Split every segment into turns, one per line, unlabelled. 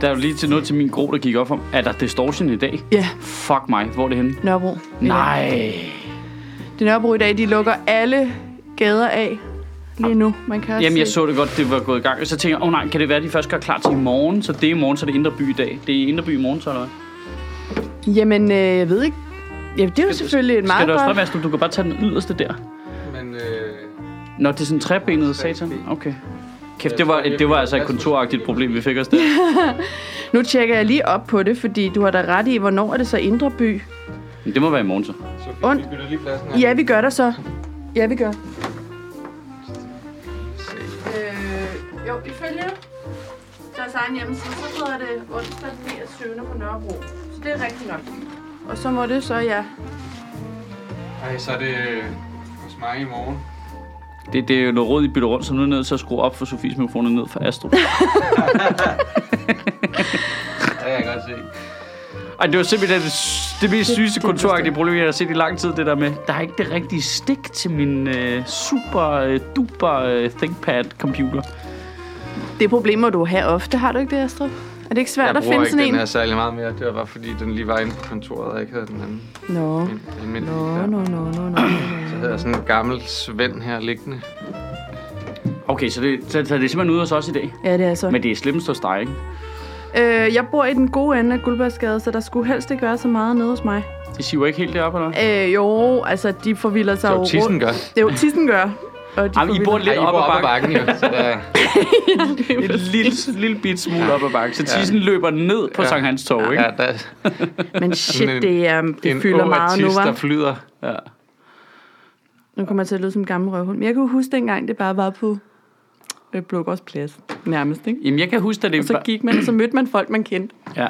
Der er jo lige til noget til min gro, der gik op for mig. Er der distortion i dag?
Ja,
Fuck mig, hvor er det henne?
Nørrebro.
Nej.
Det Nørrebro i dag, de lukker alle gader af lige nu. Man kan også øh,
Jamen, jeg
se-
så det godt, det var gået i gang. Så tænker jeg, åh oh, nej, kan det være, at de først gør klar til i morgen? Så det er i morgen, så er det Indre By i dag. Det er Indre By i morgen, så eller hvad?
Jamen, øh, jeg ved ikke. Ja, det er jo selvfølgelig et
Skal
meget
der også
godt...
fremaske? Du kan bare tage den yderste der.
Men øh,
Nå, det er sådan trebenet satan. Okay. Kæft, det var, det var altså et kontoragtigt problem, vi fik os der.
Nu tjekker jeg lige op på det, fordi du har da ret i, hvornår er det så Indre By?
Men det må være i morgen så.
Sofie,
Und-
vi bytter lige pladsen her.
Ja, vi gør der så. Ja, vi gør.
Se.
Øh, jo, ifølge deres egen hjemmeside, så hedder det onsdag 29. på Nørrebro. Så det er rigtigt nok. Og så må det så, ja.
Ej, så er det øh, hos mig i morgen.
Det, det er jo noget råd, I bytter rundt, så nu er jeg nødt til at skrue op for Sofies mikrofon og ned for Astro.
Det kan jeg godt se.
Ej, det var simpelthen det, det mest sygeste kontoragtige problem, jeg har set i lang tid, det der med, der er ikke det rigtige stik til min øh, super øh, duper øh, ThinkPad-computer.
Det er problemer, du har ofte, har du ikke det, Astrid? Er det ikke svært at finde sådan en?
den her særlig meget mere. Det var bare fordi, den lige var inde på kontoret, og ikke havde den anden.
Nå,
Den almindelige
nå,
der.
nå, nå, nå, nå.
Så havde jeg sådan en gammel svend her liggende.
Okay, så det, så, så det er simpelthen ude hos os i dag.
Ja, det er så.
Men det er slimmest hos dig, ikke?
Øh, jeg bor i den gode ende af Guldbergsgade, så der skulle helst ikke være så meget nede hos mig.
Det siver ikke helt deroppe, eller?
Øh, jo, altså, de forvilder sig
Så
jo
tissen gør.
Det er jo tissen gør. Og de
Ej, men
forvilder-
I bor lidt
Ej, I
op
bor
ad
op ad
bakken.
bakken jo, så der,
En lille, lille bit smule op ad bakken. Så tissen løber ned på
Ja.
Sankt Hans Torv, ikke?
ja, der er
Men shit,
Sådan en-
det, er, det
en
fylder
å af
meget nu,
tis, der
var.
flyder.
Ja.
Nu kommer jeg til at lyde som en gammel røvhund. Men jeg kan jo huske dengang, det bare var på øh, Blågårds plads, nærmest. Ikke?
Jamen, jeg kan huske, at det...
Og så gik man, og så mødte man folk, man kendte.
Ja.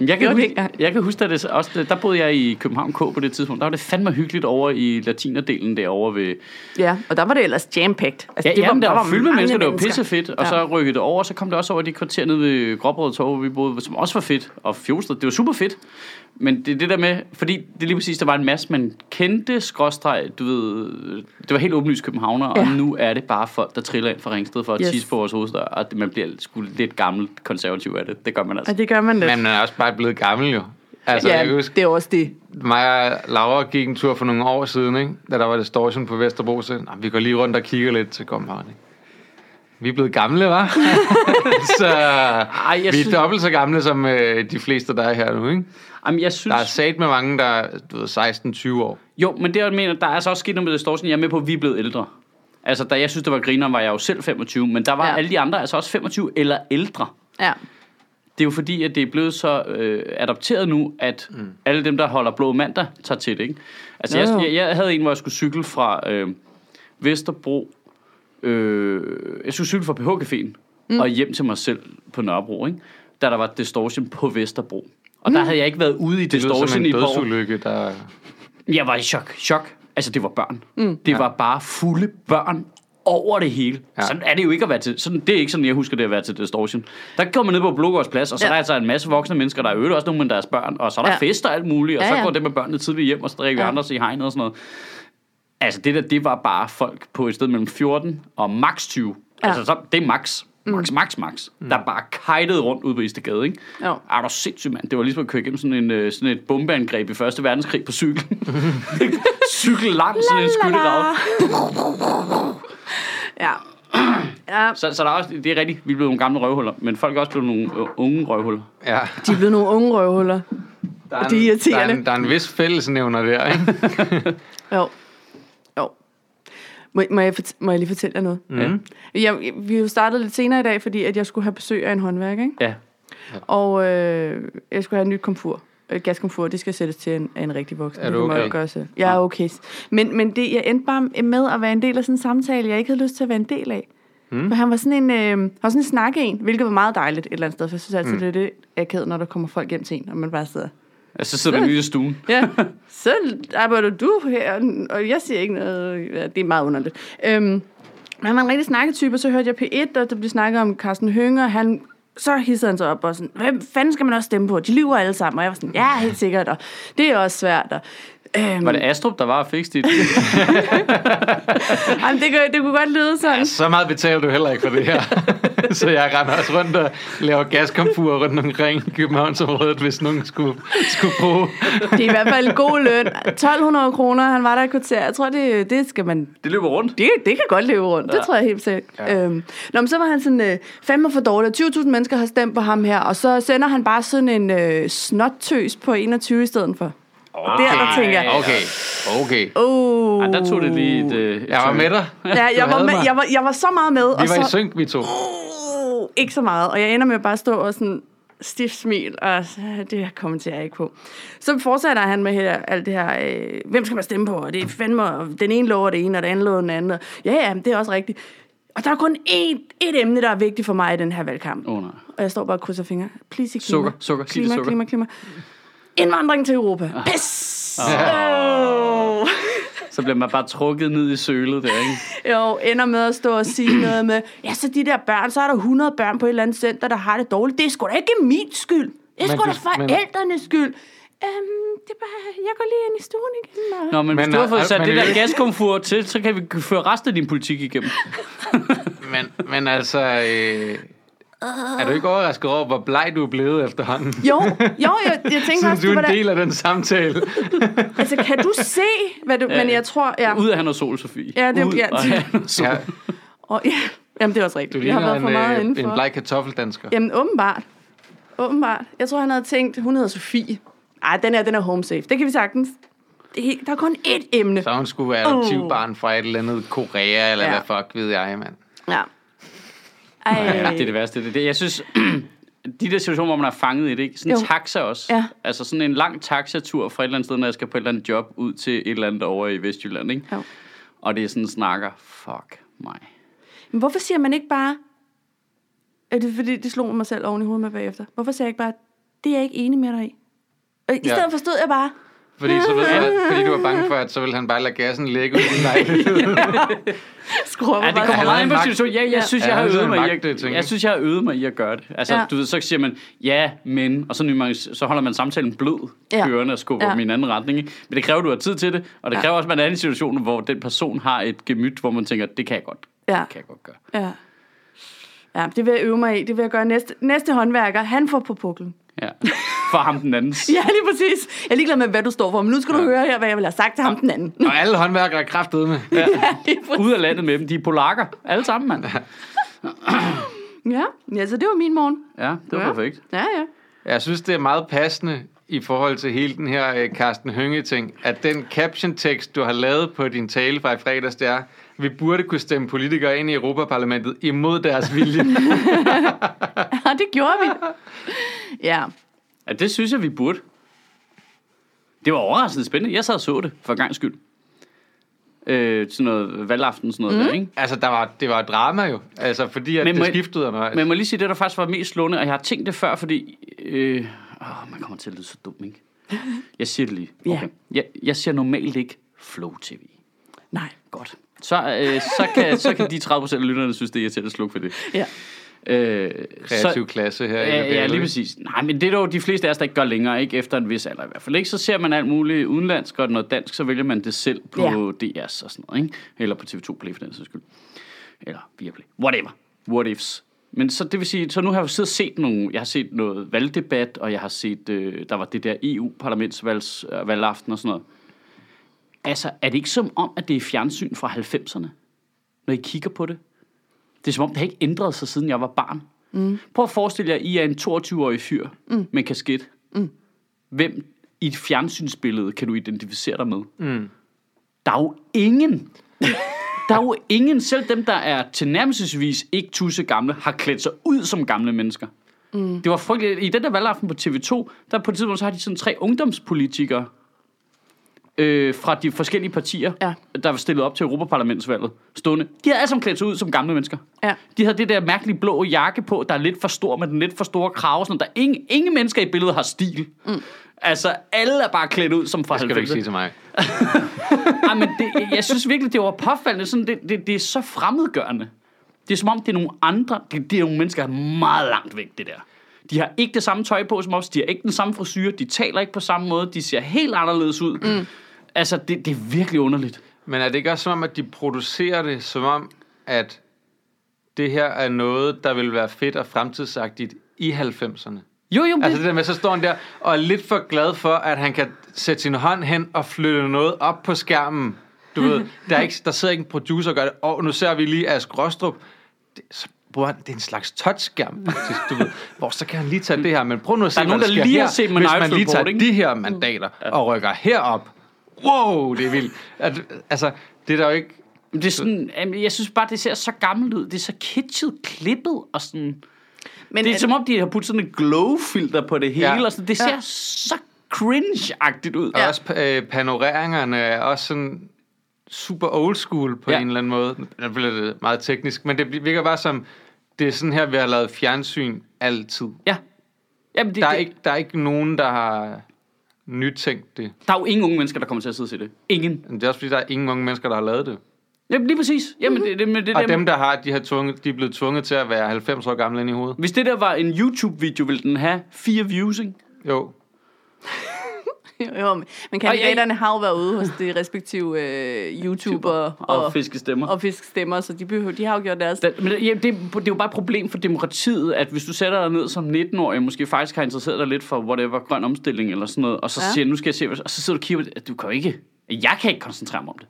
Jamen, Jeg kan,
Gjorde det
huske,
ikke?
jeg kan huske, at det også, der boede jeg i København K på det tidspunkt. Der var det fandme hyggeligt over i latinerdelen derovre ved...
Ja, og der var det ellers jam-packed. Altså,
Ja, det var, der var fyldt med
mange
mennesker, det var pissefedt. Og
Ja.
så rykkede det over, og så kom det også over i det kvarter nede ved Gråbrød Torv, hvor vi boede, som også var fedt. Og Fjolsted, det var super fedt. Men det er det der med, fordi det er lige præcis, der var en masse, man kendte, skråstreg, du ved, det var helt åbenlyst københavner, ja. og
Ja.
nu er det bare folk, der triller ind fra Ringsted for at
Yes.
yes. tisse på vores hovedstør, og det- man bliver sgu lidt gammel konservativ af det. Det gør man altså.
Og det gør man lidt.
Men man er også bare blevet gammel jo. Altså,
ja,
jeg kan huske,
det er også det.
mig og Laura gik en tur for nogle år siden, ikke? da der var distortion på Vesterbro. Så "Nå, vi går lige rundt og kigger lidt til Gomhavn. Ikke? Vi er blevet gamle, var? så
Ej, jeg
vi er
synes,
dobbelt så gamle som øh, de fleste, der er her nu. Ikke?
jamen, jeg synes
Der er sat med mange, der er du ved, 16-20 år.
Jo, men det jeg mener, der er altså også sket noget med distortion. Jeg er med på, at vi er blevet ældre. Altså, da jeg synes, det var grineren, var jeg jo selv 25, men der var ja.
Ja.
alle de andre altså også 25 eller ældre.
Ja.
Det er jo fordi, at det er blevet så øh, adopteret nu, at mm. alle dem, der holder blå mandag, tager til det, ikke? Altså,
Jo,
jeg,
jo.
jeg, jeg havde en, hvor jeg skulle cykle fra øh, Vesterbro. Øh, jeg skulle cykle fra PH-caféen mm. og hjem til mig selv på Nørrebro, ikke? Da der var distortion på Vesterbro. Og der havde jeg ikke været ude i
Det lyder som
distortion
en
i Borg.
dødsulykke, der...
Jeg var i chok. Chok. Altså, det var børn. Mm. Det var bare fulde børn over det hele. Ja.
Ja.
Sådan er det jo ikke at være til. Sådan, det er ikke sådan, jeg husker det at være til Distortion. Der går man ned på Blågårds plads, og så ja.
Ja.
er der altså en masse voksne mennesker, der er i øvrigt også nogle med deres børn, og så er der ja.
Ja.
fester og alt muligt, og ja,
Ja,
så
ja.
går det med børnene tidligt hjem og så drikker ja.
Ja.
andre sig i hegnet og sådan noget. Altså, det der, det var bare folk på et sted mellem 14 og max 20. Ja.
Ja.
Altså, så, det er max. Max, max, max. Mm. Der bare kajtede rundt ude på Istegade, ikke?
Jo.
Er du sindssyg, mand? Det var ligesom at køre igennem sådan, en, øh, sådan et bombeangreb i Første Verdenskrig på cykel. cykel langt sådan en skytterad.
Ja. ja.
Så, så der er også, det er rigtigt, vi er blevet nogle gamle røvhuller, men folk er også blevet nogle øh, unge røvhuller.
Ja,
De er blevet nogle unge røvhuller.
der
Det
er,
er
der, er
irriterende.
en, der er en vis fællesnævner der, ikke?
Jo. Jo. Må, må, jeg, fort- må jeg lige fortælle jer noget?
Mm.
Jeg, vi er jo startet lidt senere i dag, fordi at jeg skulle have besøg af en håndværker, ikke?
Ja.
Og øh, jeg skulle have et nyt komfur. Øh, gaskomfur, det skal sættes til en, af en rigtig voksen.
Er
Det
du
kan man jo
okay?
ikke gøre selv. Jeg er okay. Men, men det, jeg endte bare med at være en del af sådan en samtale, jeg ikke havde lyst til at være en del af.
Hmm?
Mm. For han var sådan en, øh, han var sådan en snakke en, hvilket var meget dejligt et eller andet sted. For jeg synes
Hmm.
altid, mm. det er det akavet, når der kommer folk hjem til en, og man bare sidder.
Ja, Altså, så sidder man lige i stuen.
Ja, så arbejder du her, og jeg siger ikke noget. Ja, det er meget underligt. Øhm, men han var en rigtig snakketype, og så hørte jeg P1, og der blev snakket om Carsten Hønger, han så hissede han sig op og sådan, hvem fanden skal man også stemme på? De lyver alle sammen. Og jeg var sådan, ja, helt sikkert, og det er også svært. Og, øhm,
Var det Astrup, der var og fikse dit?
jamen, det, kunne, det kunne godt lyde sådan.
Så meget betaler du heller ikke for det her. så jeg render også rundt og laver gaskomfurer rundt omkring i Københavnsområdet, hvis nogen skulle, skulle bruge.
Det er i hvert fald en god løn. 1200 kroner, han var der et kvarter. Jeg tror, det, det skal man...
Det løber rundt.
Det, det kan godt leve rundt, ja. det tror jeg helt sikkert. Ja. Øhm, nå, men så var han sådan, øh, fandme for dårligt. 20.000 mennesker har stemt på ham her, og så sender han bare sådan en øh, snottøs på 21 i stedet for. Okay. Der, der tænker jeg,
Okay, okay.
oh.
Ja, der tog det lige et... øh, et
Jeg var
turn.
med dig.
Ja, jeg
Du
var,
havde
med,
mig.
jeg, var, jeg var så meget med. og
Vi var i
så,
synk, vi to.
uh, ikke så meget. Og jeg ender med at bare stå og sådan stift smil, og så, det kommenterer jeg ikke på. Så fortsætter han med her, alt det her, øh, hvem skal man stemme på? Og det er fandme, og den ene lover det ene, og den anden lover den anden. Og, ja, ja, men det er også rigtigt. Og der er kun én, et emne, der er vigtigt for mig i den her valgkamp.
Åh, nej.
Og jeg står bare og krydser fingre. Please, ikke klima.
Oh. Sukker, sukker. Sig
klima,
det sukker. Ah.
klima, klima. Indvandring til Europa. Pis! Oh.
Så bliver man bare trukket ned i sølet der, ikke?
Jo, ender med at stå og sige noget med, ja, så de der børn, så er der 100 børn på et eller andet center, der har det dårligt. Det er sgu da ikke min skyld. Det er
Men
sgu da
du- men-
forældrenes skyld. Øhm, det er bare, jeg går lige ind i stuen igen. Og...
Nå, men, men
Men,
hvis du har
øh,
fået sat
men
det
i
der
øvrigt-
gaskomfur til, så kan vi føre resten af din politik igennem.
Men, men altså, øh, er du ikke overrasket over, hvor bleg du er blevet efterhånden?
Jo, jo, jeg, jeg tænker
Siden
også,
du
det
er
var
en
der,
del af den samtale.
altså, kan du se, hvad du...
Øh,
Men jeg tror, ja.
Ud af han og sol, Sofie.
Ja, det-
Ud
ja,
af
det-
Han og sol.
Ja,
Og, ja. Jamen, det er også
du
rigtigt. Jeg har
ligner
været for meget
en, øh,
indenfor.
en bleg kartoffeldansker.
Jamen, åbenbart. Åbenbart. Jeg tror, han havde tænkt, hun hedder Sofie. Ej, den er, den er home safe. Det kan vi sagtens. Det er, helt- der er kun ét emne.
Så hun skulle være adoptivbarn fra et eller andet Korea, eller
Uh. Ja.
hvad fuck ved jeg, mand.
Ja. Ej.
Ja, det er det værste. Det, er det. Jeg synes, de der situationer, hvor man er fanget i det, ikke? Sådan
Jo.
en taxa også.
Ja.
Altså sådan en lang taxatur fra et eller andet sted, når jeg skal på et eller andet job, ud til et eller andet over i Vestjylland, ikke?
Jo.
Og det er sådan snakker, fuck mig.
Men hvorfor siger man ikke bare... Er det fordi, det slog mig selv oven i hovedet med bagefter. Hvorfor siger jeg ikke bare, det er jeg ikke enig med dig i? Og I
Ja.
stedet forstod jeg bare,
Fordi, så ved jeg, fordi du var bange for, at så ville han bare lade gassen ligge ud i din lejlighed.
skruer
Ja, det kommer
Han
meget ind på
havde en magt.
situationen. Ja, jeg
Ja.
synes,
Ja,
jeg
han
har
havde
øvet
en
mig. i
magt, det
at-
tænker
Jeg
jeg.
synes, jeg har øvet mig i at gøre det. Altså,
Ja.
du ved, så siger man, ja, men, og så, nye man, så holder man samtalen blød
Ja.
kørende og skubber
Ja.
ja. dem i en anden retning. ikke? Men det kræver, du har tid til det, og det
Ja.
kræver også, at man er i en situation, hvor den person har et gemyt, hvor man tænker, det kan jeg godt,
Ja.
det kan jeg godt gøre.
Ja. ja, det vil jeg øve mig i. Det vil jeg gøre næste, næste håndværker. Han får på puklen.
Ja. For ham den andens.
Ja, lige præcis. Jeg er ligeglad med, hvad du står for, men nu skal du høre her, hvad jeg vil have sagt til ham den anden.
Og alle håndværkere er kraftede med. Ja.
Ja, lige præcis.
Ud af landet med dem, de er polakker. Alle sammen, mand.
ja. ja så det var min morgen.
Ja, det var
ja.
perfekt.
Ja, ja.
Jeg synes, det er meget passende i forhold til hele den her øh, Carsten Hønge-ting, at den caption-tekst, du har lavet på din tale fra i fredags, det er, vi burde kunne stemme politikere ind i Europaparlamentet imod deres vilje.
Ja, det gjorde vi. Ja.
Ja, det synes jeg, vi burde. Det var overraskende spændende. Jeg sad og så det, for gang skyld. Øh, sådan noget valgaften, sådan noget mm. der, ikke?
altså, der var, det var drama jo. Altså, fordi at
Men må
det
jeg-
skiftede øh, undervejs.
Men jeg må lige sige, det der faktisk var mest slående, og jeg har tænkt det før, fordi... Øh, åh, man kommer til at lyde så dum, ikke? Jeg siger det lige.
Ja.
Okay. Jeg, jeg ser normalt ikke Flow TV.
Nej.
Godt. Så, øh, så, kan, så kan de 30% af lytterne synes, det er irriterende at slukke for det.
Ja.
Øh,
Kreativ klasse her i
Ja, ja,
lokalet,
lige
ikke?
præcis. Nej, men det er dog de fleste af os, der ikke gør længere, ikke efter en vis alder i hvert fald. Ikke? Så ser man alt muligt udenlandsk, og noget dansk, så vælger man det selv på ja. DR's og sådan noget. Ikke? Eller på TV2 Play for den sags skyld. Eller Viaplay. Whatever. What ifs. Men så, det vil sige, så nu har jeg jo siddet og set nogle, jeg har set noget valgdebat, og jeg har set, øh, der var det der EU-parlamentsvalgaften og sådan noget. Altså, er det ikke som om, at det er fjernsyn fra 90'erne, når I kigger på det? Det er som om, det har ikke ændret sig, siden jeg var barn. Mm. Prøv at forestille jer, at I er en 22-årig fyr mm. med kasket. Mm. Hvem i et fjernsynsbillede kan du identificere dig med? Mm. Der er jo ingen. Der er jo ingen, selv dem, der er tilnærmelsesvis ikke tusse gamle, har klædt sig ud som gamle mennesker. Mm. Det var frygteligt. I den der valgaften på TV2, der på et tidspunkt, så har de sådan tre ungdomspolitikere øh, fra de forskellige partier,
Ja.
der var stillet op til Europaparlamentsvalget, stående. De havde alle sammen klædt sig ud som gamle mennesker.
Ja.
De havde det der mærkelige blå jakke på, der er lidt for stor med den lidt for store krave. Sådan, der er ingen, ingen mennesker i billedet har stil. Mm. Altså, alle er bare klædt ud som fra
Det skal du ikke sige til mig.
Ej, men det, jeg synes virkelig, det var påfaldende. Sådan, det, det, det er så fremmedgørende. Det er som om, det er nogle andre. Det, det er nogle mennesker, der er meget langt væk, det der. De har ikke det samme tøj på som os. De har ikke den samme frisyr. De taler ikke på samme måde. De ser helt anderledes ud. Mm. Altså, det, det er virkelig underligt.
Men er det ikke også som om, at de producerer det som om, at det her er noget, der vil være fedt og fremtidsagtigt i 90'erne.
Jo, jo, men
Altså det der med, så står han der og er lidt for glad for, at han kan sætte sin hånd hen og flytte noget op på skærmen. Du ved, der, er ikke, der sidder ikke en producer og gør det. Og nu ser vi lige Ask Rostrup. Det, så bruger han, det er en slags touchskærm, faktisk, du ved. Hvor så kan han lige tage det her, men prøv nu at se,
er nogen,
hvad
der
sker
lige har
her,
set
Hvis man
Maniacal
lige tager
Report, ikke?
de her mandater og rykker herop. Wow, det er vildt. At, altså, det er der jo ikke...
det er sådan, jamen, jeg synes bare, det ser så gammelt ud. Det er så kitschet, klippet og sådan.
Men
Det er som om, de har puttet sådan et glow-filter på det hele.
Ja.
Ja. Og sådan. Det ser
Ja.
så cringe-agtigt ud.
Og også øh, panoreringerne er også sådan super old school på ja.
Ja.
en eller anden måde. Nu bliver det meget teknisk, men det bl- virker bare som, det er sådan her, vi har lavet fjernsyn altid.
Ja. Jamen, det,
Der er,
det-
ikke, der er ikke nogen, der har nytænkt det.
der er jo ingen unge mennesker, der kommer til at sidde til det. Ingen.
Men det er også fordi, der er ingen unge mennesker, der har lavet det.
Jamen, lige præcis. Jamen, det, det, det, det
Mhm. Og
der-
dem, der har, de, har tvunget, de er blevet tvunget til at være 90 år gamle ind i hovedet.
Hvis det der var en YouTube-video, ville den have fire views, ikke?
Jo.
jo, men- men kandidaterne har jo været ude hos de respektive øh, YouTuber
Og,
og,
fiskestemmer.
og fiskestemmer, så de, behøver, de har jo gjort deres.
Den, men det- ja, det, er- det er jo bare et problem for demokratiet, at hvis du sætter dig ned som 19-årig, måske faktisk har interesseret dig lidt for whatever, grøn omstilling eller sådan noget, og så
Ja.
ja. siger, nu skal jeg se, hvad- og så sidder du og kigger på det, at du kan jo ikke, jeg kan ikke koncentrere mig om det.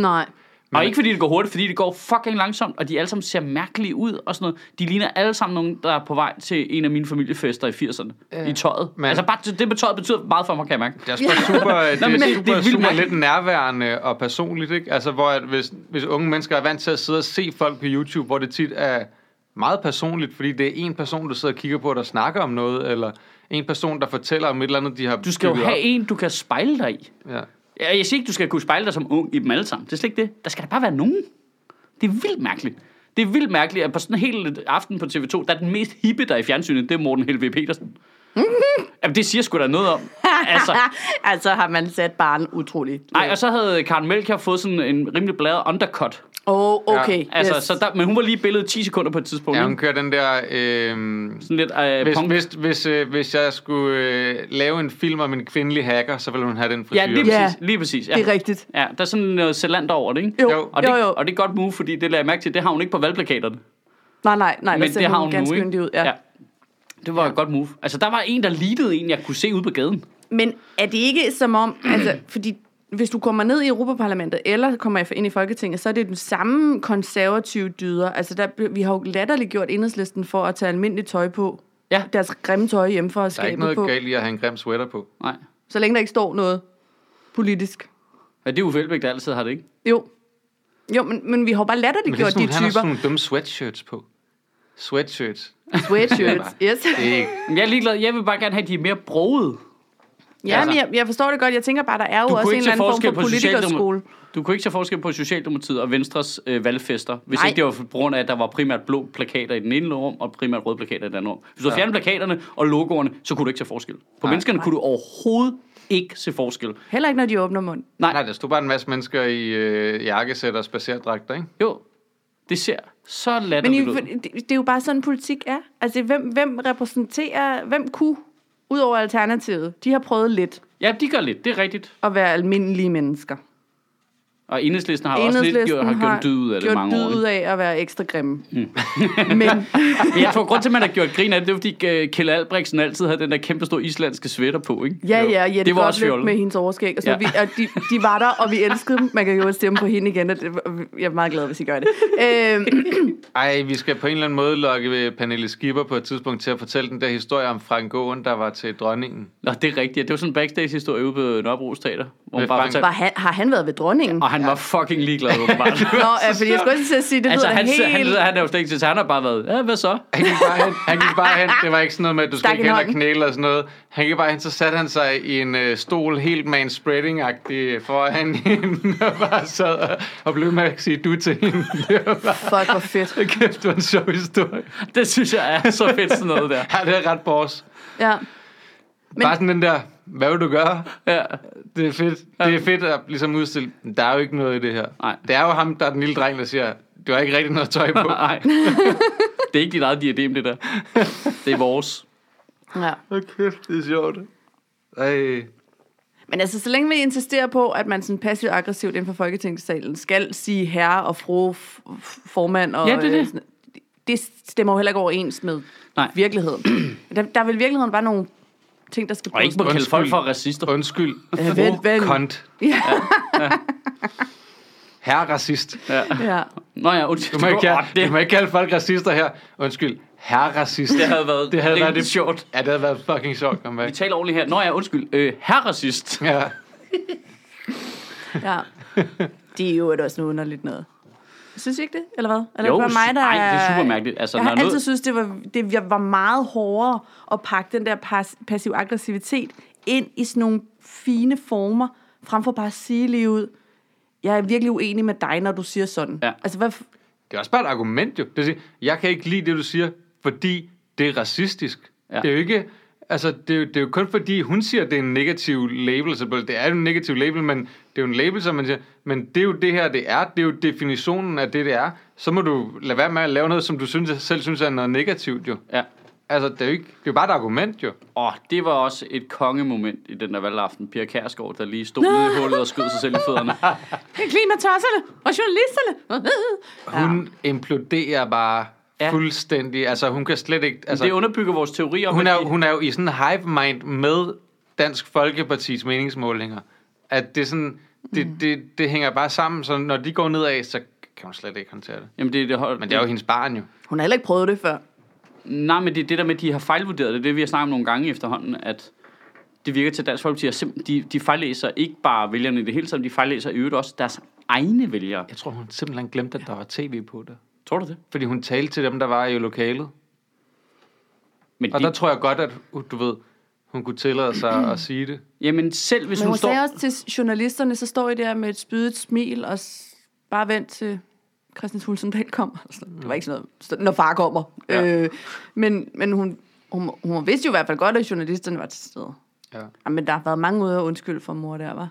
Nej.
Og ikke fordi det går hurtigt, fordi det går fucking langsomt, og de alle sammen ser mærkelige ud og sådan noget. De ligner alle sammen nogen, der er på vej til en af mine familiefester i 80'erne,
Ja.
i tøjet.
Men-
Altså bare det med tøjet betyder meget for mig, kan jeg mærke.
Det er også bare super, det
Nå, men
er
det-
super,
det er vildt
super
mærkeligt.
lidt nærværende og personligt, ikke? Altså, hvor at hvis, hvis unge mennesker er vant til at sidde og se folk på YouTube, hvor det tit er meget personligt, fordi det er en person, du sidder og kigger på, der snakker om noget, eller en person, der fortæller om et eller andet, de har
Du skal jo
bygget
have en, du kan spejle dig i.
op. Ja.
Ja, Jeg siger ikke, du skal kunne spejle dig som ung i dem alle sammen. Det er slet ikke det. Der skal der bare være nogen. Det er vildt mærkeligt. Det er vildt mærkeligt, at på sådan en hel aften på TV2, der er den mest hippe, der er i fjernsynet, det er Morten Helve Petersen. Jamen, det siger sgu da noget om. Altså,
altså har man sat barn utroligt.
nej, altså- og så havde Karen Melchior fået sådan en rimelig bladet undercut.
Åh, oh, okay. Ja,
Altså,
yes.
yes. så der, men hun var lige i billedet 10 sekunder på et tidspunkt.
ja,
Ja,
hun kører den der... Øh,
Sådan lidt øh,
hvis,
punk.
hvis, hvis, øh, hvis jeg skulle øh, lave en film om en kvindelig hacker, så ville hun have den frisyr.
ja, lige
Ja.
præcis. Lige præcis ja.
Det er rigtigt.
Ja, der er sådan noget Zalander over det, ikke?
Jo,
Jo.
jo,
Og det,
jo. jo.
og det er et godt move, fordi det lader jeg mærke til, det har hun ikke på valgplakaterne.
Nej, nej, nej.
Men
der ser
det har
hun
hun nu,
ganske
ikke?
yndig ud. Ja. Ja.
Det var et godt move. Altså, der var en, der lignede en, jeg kunne se ude på gaden.
Men er det ikke som om, altså, fordi hvis du kommer ned i Europaparlamentet, eller kommer ind i Folketinget, så er det den samme konservative dyder. Altså, der, vi har jo latterligt gjort enhedslisten for at tage almindeligt tøj på.
Ja.
Deres grimme tøj hjemme for at
Der er ikke
skabe
noget
på.
galt i at have en grim sweater på.
Nej.
Så længe der ikke står noget politisk.
Ja, det er Uffe Elbæk, der altid har det, ikke?
Jo. Jo, men, men vi har jo bare
Men
latterligt
det er
gjort
sådan,
de
nogle- han har sådan
typer.
nogle dumme sweatshirts på. Sweatshirts.
Sweatshirts, yes.
Det er ikke...
Men jeg er ligeglad. Jeg vil bare gerne have, at de er mere broede.
Ja, men jeg, jeg forstår det godt. Jeg tænker bare, der er jo
kunne
også en
ikke se
eller anden form
forskel
for
på
politikerskole.
Du kunne ikke se forskel på Socialdemokratiet og Venstres øh, valgfester, hvis
Nej.
Nej. ikke det var på grund af, at der var primært blå plakater i den ene rum, og primært røde plakater i den anden rum. Hvis du havde fjernet plakaterne og logoerne, så kunne du ikke se forskel. På
Nej.
menneskerne kunne du overhovedet ikke se forskel.
Heller ikke, når de åbner mund.
Nej,
Nej, der stod bare en masse mennesker i øh, jakkesæt og spacerdragter, ikke?
jo. Det ser så
Men I,
latterligt ud.
det, det er jo bare sådan, politik er. Altså, hvem, hvem repræsenterer, hvem kunne, udover Alternativet, de har prøvet lidt
Ja, de gør lidt. Det er rigtigt.
at være almindelige mennesker.
Og enhedslisten har også lidt gjort, har gjort dyd ud af det
gjort
mange år.
dyd
ikke?
ud af at være ekstra grimme. Mm. Men
Men jeg tror, grund til, at man har gjort grin af det, det er, fordi øh, Kjell Albrechtsen altid havde den der kæmpe store islandske sweater på, ikke?
ja, ja, Jette det
Det var
var
også
Gottlieb
fjollet.
med hendes overskæg. Og, så, ja.
Ja.
vi, og de, de var der, og vi elskede dem. Man kan jo stemme på hende igen, og det, jeg er meget glad, hvis I gør det. Øhm,
Ej, vi skal på en eller anden måde lokke øh, Pernille Skipper på et tidspunkt til at fortælle den der historie om Frank Aaen, der var til dronningen.
Nå, det er rigtigt. Ja, Det var sådan en backstage-historie ude på Nørrebro Teater, hvor
Med
hun bare
Frank.
fortalte,
var han, har han været ved dronningen?
og han var fucking ligeglad, åbenbart.
Nå, ja, fordi jeg skulle også til at sige, det
altså,
lyder
han,
helt...
han, han, han er jo slet ikke til, så han har bare været, ja, hvad så?
Han gik bare hen. Han gik bare hen. Det var ikke sådan noget med, at du skal
Stak
ikke hen og
en hånd.
knæle eller sådan noget. Han gik bare hen, så satte han sig i en øh, stol, helt manspreading-agtig, øh, foran hende, og bare sad og, og blev med at sige du til hende. Det var bare,
Fuck, hvor fedt.
kæft, det var en sjov historie.
Det synes jeg er så fedt sådan noget der.
Ja, det er ret bors.
Ja. Men-
Men... Bare sådan den der, hvad vil du gøre?
Ja.
Det er fedt. Det er fedt at ligesom udstille, der er jo ikke noget i det her.
Nej.
Det er jo ham, der er den lille dreng, der siger, du har ikke rigtig noget tøj på.
Nej. Det er ikke dit eget diadem, det der. Det er vores.
ja.
Hvor kæft, det er sjovt. Ej.
Men altså, så længe vi insisterer på, at man sådan passivt-aggressivt inden for Folketingssalen skal sige herre og fru f- f- formand og...
Ja, det er det.
øh, sådan- det stemmer jo heller ikke overens med
Nej.
virkeligheden. der, der vil i virkeligheden bare nogle ting, der skal
Og ikke må kalde
Undskyld.
folk for racister.
Undskyld.
Ja, vent, vent.
Kont.
Ja.
Herre racist.
ja.
Nå ja, undskyld.
Du må, ikke
Åh,
kalde, du må ikke kalde folk racister her. Undskyld. Herre racist.
Det havde været
det havde været
lidt
det,
sjovt.
Ja, det havde været fucking sjovt. Kom
Vi
bag.
taler ordentligt her. Nå ja, undskyld. Øh, herre racist.
Ja.
ja. Det er jo også noget underligt noget. Synes I ikke det, eller hvad? Eller
Jo,
det bare mig, der
nej, det er super mærkeligt. Altså,
jeg
når
har
noget-
altid synes, det var, det jeg var meget hårdere at pakke den der pas, passiv aggressivitet ind i sådan nogle fine former, frem for bare at sige lige ud, jeg er virkelig uenig med dig, når du siger sådan.
Ja.
Altså, hvad, f-
Det er også bare et argument jo. Det vil sige, jeg kan ikke lide det, du siger, fordi det er racistisk.
Ja.
Ja. Det er jo ikke... Altså, det er, jo, det er jo kun fordi, hun siger, at det er en negativ label. Så det er jo en negativ label, men det er jo en label, som man siger, men det er jo det her, det er. Det er jo definitionen af det, det er. Så må du lade være med at lave noget, som du synes, selv synes er noget negativt, jo.
Ja.
Altså, det er jo, ikke, det er jo bare et argument, jo.
Og det var også et kongemoment i den der valgaften. Pia Kærsgaard, der lige stod nede i hullet og skød sig selv i fødderne.
klimatosserne og journalisterne.
Hun ja. imploderer bare
Ja.
ja. fuldstændig. Altså, hun kan slet ikke... Altså,
Det underbygger vores teori om,
hun,
at
er,
de-
jo- hun er jo i sådan en hive mind med Dansk Folkepartis meningsmålinger. At det er sådan... Det, det, det hænger bare sammen, så når de går nedad, så kan hun slet ikke håndtere det.
Jamen det, det, hold,
Men det er jo hendes barn jo.
Hun har heller ikke prøvet det før.
Nej, men det er det der med, at de har fejlvurderet det. Det vi har snakket om nogle gange efterhånden, at det virker til at Dansk Folkeparti, at simp- de, de fejllæser ikke bare vælgerne i det hele taget, de fejllæser i øvrigt også deres egne vælgere.
Jeg tror, hun simpelthen glemte, at der var tv på der.
Tror du det?
Fordi hun talte til dem, der var i lokalet.
Men
Og
de,
der tror jeg godt, at uh, du ved, hun kunne tillade sig at sige det.
jamen selv hvis
Men
hun,
hun
står...
sagde også til journalisterne, så står I der med et spydigt smil og s- bare vent til Christian Thulsen Dahl kommer. Altså, Det var ikke sådan noget, når far kommer.
Mm. Ja.
Ja. Øh, men men hun, hun, hun vidste jo i hvert fald godt, at journalisterne var til stede.
Ja.
Men der har været mange ude at undskylde for mor der, var.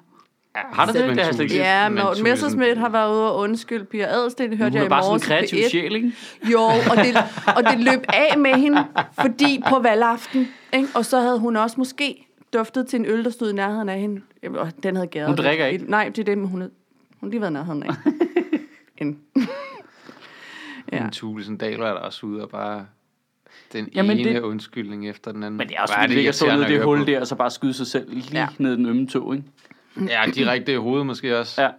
Har du det? Det har jeg slet ikke set.
Ja,
men
Morten
Thulesen-
Messersmith har været ude og undskylde Pia Adelsteen, hørte
Hun
jeg
er
i
bare sådan
morges
en
i
kreativ
P1.
sjæl, ikke?
Jo, og det, og det løb af med hende, fordi på valgaften, ikke? og så havde hun også måske duftet til en øl, der stod i nærheden af hende. Jamen, og den havde gæret.
Hun drikker
lidt.
ikke?
Nej, det er det, men hun havde, hun havde lige været i nærheden af hende. Ja.
Ja. Thulesen Dahl er der også ude og bare den
Jamen,
Jamen
det-
ene det... undskyldning efter den anden.
Men det er også
Hvor
vildt ikke at stå nede
irriterende
i det
høre på.
hul der, og så bare skyde sig selv lige
Ja.
ned i den ømme tog, ikke?
Ja, direkte i hovedet måske også. Ja.
Ja.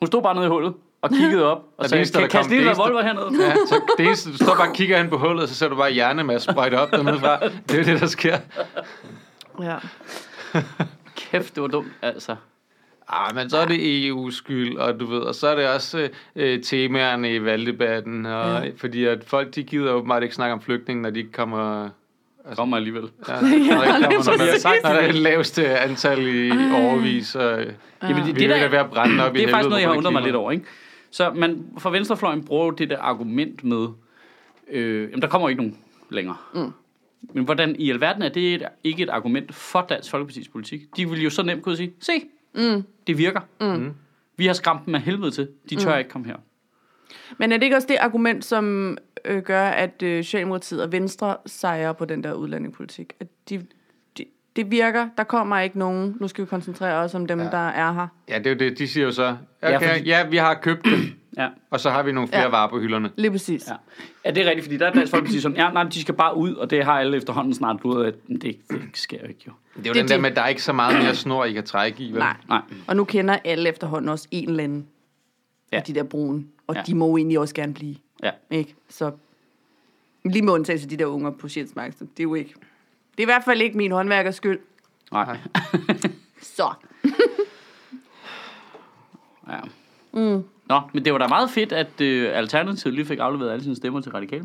Hun stod bare nede i hullet og kiggede op og,
det
sagde,
eneste,
kan
der
jeg kaste
kom,
lige en
det eneste-
revolver hernede?
Ja, så det eneste, du står bare og kigger hen på hullet, og så ser du bare hjernen med at sprøjte op dernede fra. Det er jo det, der sker.
Ja.
Kæft, det var dumt, altså.
Ah, men så er det EU's skyld, og du ved, og så er det også øh, temaerne i valgdebatten, og, ja. fordi at folk, de gider åbenbart ikke snakke om flygtninge, når de ikke kommer...
Kommer alligevel.
Ja, Altså. når der ikke kommer
præcis.
når der- når der er det laveste antal i overvis. Og,
Jamen, det,
vi
det,
er jo
der,
ikke ved at brænde op i
det er faktisk
helvede
noget, jeg har
på grund af
undret mig
klima.
lidt over. Ikke? Så man fra venstrefløjen bruger jo det der argument med, øh, jamen, der kommer jo ikke nogen længere. Mm. Men hvordan i alverden er det et, ikke et argument for Dansk Folkeparti's politik? De vil jo så nemt kunne sige, se, mm. det virker. Mm. Vi har skræmt dem af helvede til. De tør mm. ikke komme her.
Men er det ikke også det argument, som øh, gør, at øh, Socialdemokratiet og Venstre sejrer på den der udlændingepolitik? At de, de, det virker, der kommer ikke nogen, nu skal vi koncentrere os om dem, ja. der er her.
Ja, det er jo det, de siger jo så. Okay,
Ja,
ja,
fordi-
ja, vi har købt dem,
Ja.
og så har vi nogle flere
Ja.
ja. varer på hylderne.
Lige præcis.
Ja. ja, det er rigtigt, fordi der er Dansk Folkeparti sådan, ja, nej, de skal bare ud, og det har alle efterhånden snart ud af, at det, det sker jo ikke jo.
Det er jo
Det er
det, den der
det.
med, at der er ikke så meget mere snor, I kan trække i. Vel?
Nej.
Nej.
Og nu kender alle efterhånden også en eller anden
Ja.
ja. af de der brune. Og
Ja.
ja. de må jo egentlig også gerne blive.
Ja.
Ikke? Så lige med undtagelse af de der unger på Sjælsmark, det er jo ikke... Det er i hvert fald ikke min håndværkers skyld.
Nej.
Så.
Ja. Mm. Nå, men det var da meget fedt, at øh, Alternativet lige fik afleveret alle sine stemmer til Radikale.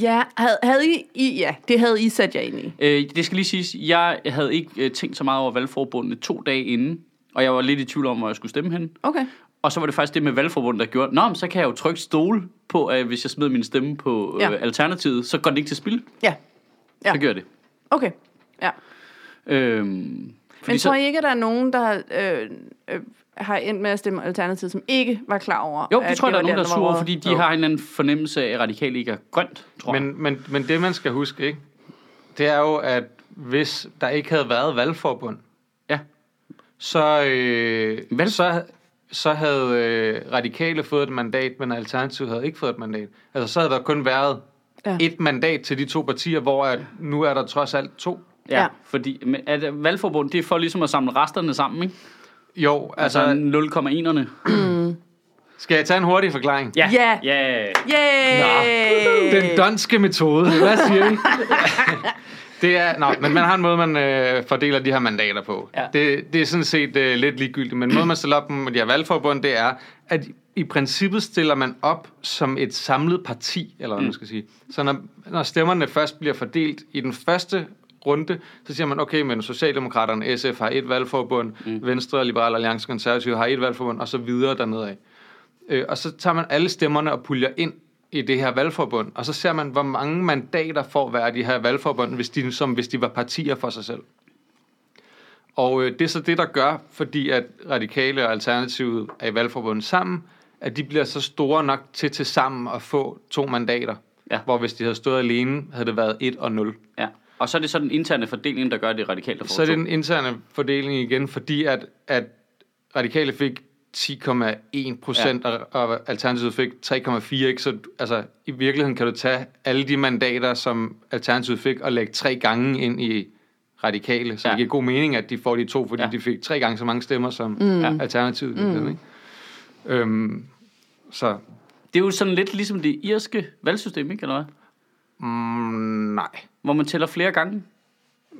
Ja, havde, havde I, I... Ja, det havde I sat jer ind i.
Øh, det skal lige siges, jeg havde ikke øh, tænkt så meget over valgforbundene to dage inden, og jeg var lidt i tvivl om, hvor jeg skulle stemme hen.
Okay.
Og så var det faktisk det med valgforbundet, der gjorde, nå, men så kan jeg jo trykke stole på, at hvis jeg smider min stemme på øh, ja.
Ja.
Alternativet, så går det ikke til spil.
Ja.
Ja.
Ja.
Så gør jeg det.
Okay. Ja.
Øhm, fordi
Men
så,
tror I ikke, at der er nogen, der har, øh, øh, har endt med at stemme Alternativet, som ikke var klar over?
jo,
at
det tror jeg, der er
var
nogen, der
var
er sure, over,
røget?
fordi de
Jo.
har en eller anden fornemmelse af, at radikale ikke er grønt, tror jeg.
Men, men, men det, man skal huske, ikke? det er jo, at hvis der ikke havde været valgforbund,
Ja.
så, øh,
Valg-
så, så havde øh, radikale fået et mandat, men Alternativet havde ikke fået et mandat. Altså, så havde der kun været
Ja.
ja. et mandat til de to partier, hvor at nu er der trods alt to.
Ja,
Ja.
ja. fordi men er det, valgforbund, det er for ligesom at samle resterne sammen, ikke?
Jo, altså...
Altså, altså 0,1'erne.
Skal jeg tage en hurtig forklaring?
Ja.
ja.
Yay!
Den danske metode. Hvad siger I? det er, nå, men man har en måde, man øh, fordeler de her mandater på.
Ja.
Det, det er sådan set øh, lidt ligegyldigt, men måden, man stiller op med de her valgforbund, det er, at i princippet stiller man op som et samlet parti, eller hvad man skal sige. Så når, når stemmerne først bliver fordelt i den første runde, så siger man, okay, men Socialdemokraterne, SF har et valgforbund, mm. Venstre, Liberale Alliance, Konservative har et valgforbund, og så videre dernede af. Øh, og så tager man alle stemmerne og puljer ind i det her valgforbund, og så ser man, hvor mange mandater får hver af de her valgforbund, hvis de, som hvis de var partier for sig selv. Og øh, det er så det, der gør, fordi at Radikale og Alternativet er i valgforbundet sammen, at de bliver så store nok til til sammen at få to mandater.
Ja.
Hvor hvis de havde stået alene, havde det været 1 og 0.
ja. Og så er det så den interne fordeling, der gør at det er radikalt at
Så er det den interne fordeling igen, fordi at, at radikale fik 10,1 procent, ja. og, og Alternativet fik 3,4. Ikke? Så du- altså, i virkeligheden kan du tage alle de mandater, som Alternativet fik, og lægge tre gange ind i radikale. Så ja.
Ja.
det giver god mening, at de får de to, fordi
Ja.
ja. de fik tre gange så mange stemmer som mm. Alternativet. Mm. Ikke? Øhm, så
det er jo sådan lidt ligesom det irske valgsystem, ikke? Eller hvad?
mm, nej.
Hvor man tæller flere gange.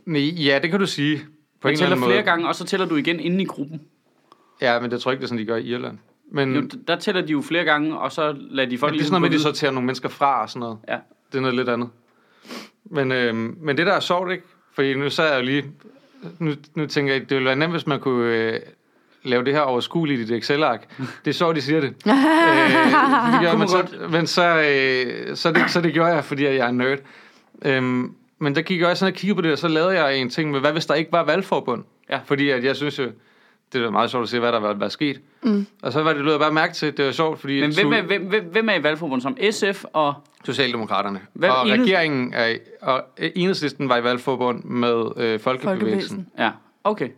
nej. Ja, det kan du sige. På
Man
en eller
tæller
anden
flere
måde.
gange, og så tæller du igen inde i gruppen.
Ja, men det tror jeg ikke, det er sådan, de gør i Irland. Men,
Jo, der tæller de jo flere gange, og så lader de folk...
Men Mm. det er sådan
ligesom
noget med, at de
gå
sorterer nogle mennesker fra og sådan noget.
videre. Ja.
Det er noget lidt andet. Men, øh, men det der er sjovt, ikke? Fordi nu så er jeg jo lige... Nu, nu tænker jeg, det ville være nemt, hvis man kunne øh, lave det her overskueligt i det Excel-ark. Det er sjovt, de siger det. øh, det gjorde, men, så, men så, øh, så, det, så det gjorde jeg, fordi jeg er en nerd. Øhm, men der gik jeg også sådan og kiggede på det, og så lavede jeg en ting med, hvad hvis der ikke var valgforbund?
Ja.
Fordi at jeg synes jo, det er meget sjovt at se, hvad der var, var sket. Mm. Og så var det, lød jeg bare mærke til, det var sjovt, fordi...
Men hvem
Sule-
er, hvem, hvem, hvem er i valgforbundet som? SF og...
Socialdemokraterne.
Hvad-
Hvad, og
Enheds-
regeringen er, og enhedslisten var i valgforbund med øh, Folkebevægelsen.
Folkebevægelsen.
Ja, okay.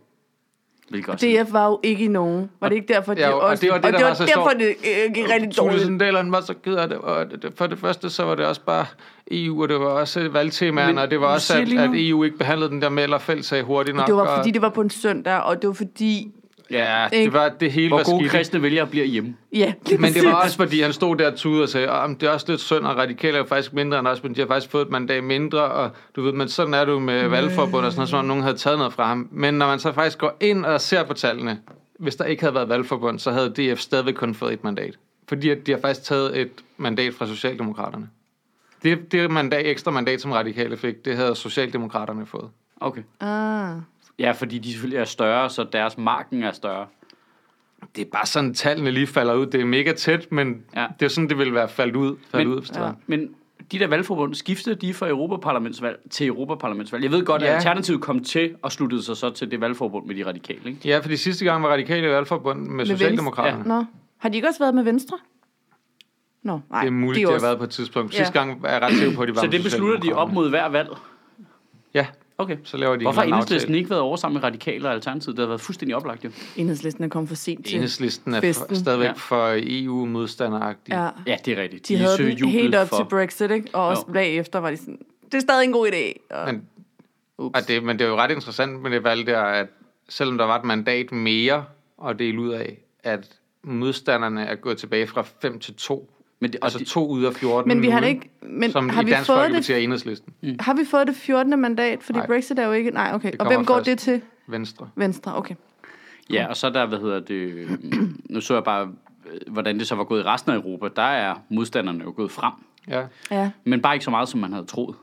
Hvilket også
DF var jo ikke i nogen. Var det ikke derfor, de
Ja, og
også...
det var det,
og
der
det var
var så
derfor,
sjovt.
det øh, gik rigtig dårligt.
Thulesen Dahleren var så ked af det, og det- det- for det første så var det også bare EU, og det var også øh, valgtemaerne,
Men
og det var
du
også,
siger
at,
lige nu-
at EU ikke behandlede den der mail og fælles sag hurtigt nok.
Det var
og-
fordi, det var på en søndag, og det var fordi...
Ja,
det var det hele var
hvor gode
skidt.
kristne vælgere bliver hjemme.
Ja, lige
Men det
præcis.
var også fordi, han stod der og tudede og sagde, at det er også lidt synd, og radikale er faktisk mindre end os, men de har faktisk fået et mandat mindre, og du ved, men sådan er du med valgforbund og sådan noget, som om nogen havde taget noget fra ham. Men når man så faktisk går ind og ser på tallene, hvis der ikke havde været valgforbund, så havde DF stadigvæk kun fået et mandat. Fordi at de har faktisk taget et mandat fra Socialdemokraterne. Det, det mandat, ekstra mandat, som radikale fik, det havde Socialdemokraterne fået.
Okay.
Ah.
Ja, fordi de selvfølgelig er større, så deres marken er større.
Det er bare sådan, tallene lige falder ud. Det er mega tæt, men
Ja.
ja. det er sådan, det ville være faldet ud. Faldet
Men-
ud hvis det
ja.
var.
Men de der valgforbund, skifter de fra Europaparlamentsvalg til Europaparlamentsvalg? Jeg ved godt, at
Ja.
Alternativet kom til og sluttede sig så til det valgforbund med de radikale, ikke?
Ja, fordi sidste gang var radikale i valgforbund med, med
Venstre.
Socialdemokraterne.
Nå. Har de ikke også været med Venstre? Nå, nej.
Det er muligt, det
er
har
også-
været på et tidspunkt.
Ja.
Sidste gang er jeg ret sikker på, at de var
Så
med
det beslutter de op
Socialdemokraterne.
mod hver valg?
Ja,
Okay.
så laver de
Hvorfor har
en eller anden
enhedslisten
aftale.
ikke været over sammen med radikale og alternativet? Det har været fuldstændig oplagt, jo.
Enhedslisten er kommet for sent til.
Enhedslisten er
Festen.
for, stadigvæk
Ja.
ja. for E EU-modstanderagtig.
Ja.
Ja, det er rigtigt.
De havde
søger
den
jubel
helt op
for-
til Brexit, ikke? Og også
Jo.
bagefter var de sådan, det er stadig en god idé. Og,
Men,
ups.
og det, men det er jo ret interessant med det valg der, at selvom der var et mandat mere at dele ud af, at modstanderne er gået tilbage fra 5 til 2.
Men det, og
Altså
det,
2 ud af 14
Men vi har
nu,
det ikke... Men
som
har
i
vi,
Dansk
fået
Folkeparti
det,
og Enhedslisten.
har vi fået det 14. mandat? Fordi
Mm. Nej.
Brexit er jo ikke... Nej, okay.
Det
Og hvem
kommer
går
først.
det til?
Venstre.
Venstre, okay.
ja, og så er der, hvad hedder det... Nu så jeg bare, øh, hvordan det så var gået i resten af Europa. Der er modstanderne jo gået frem.
Ja.
Ja.
Men bare ikke så meget, som man havde troet.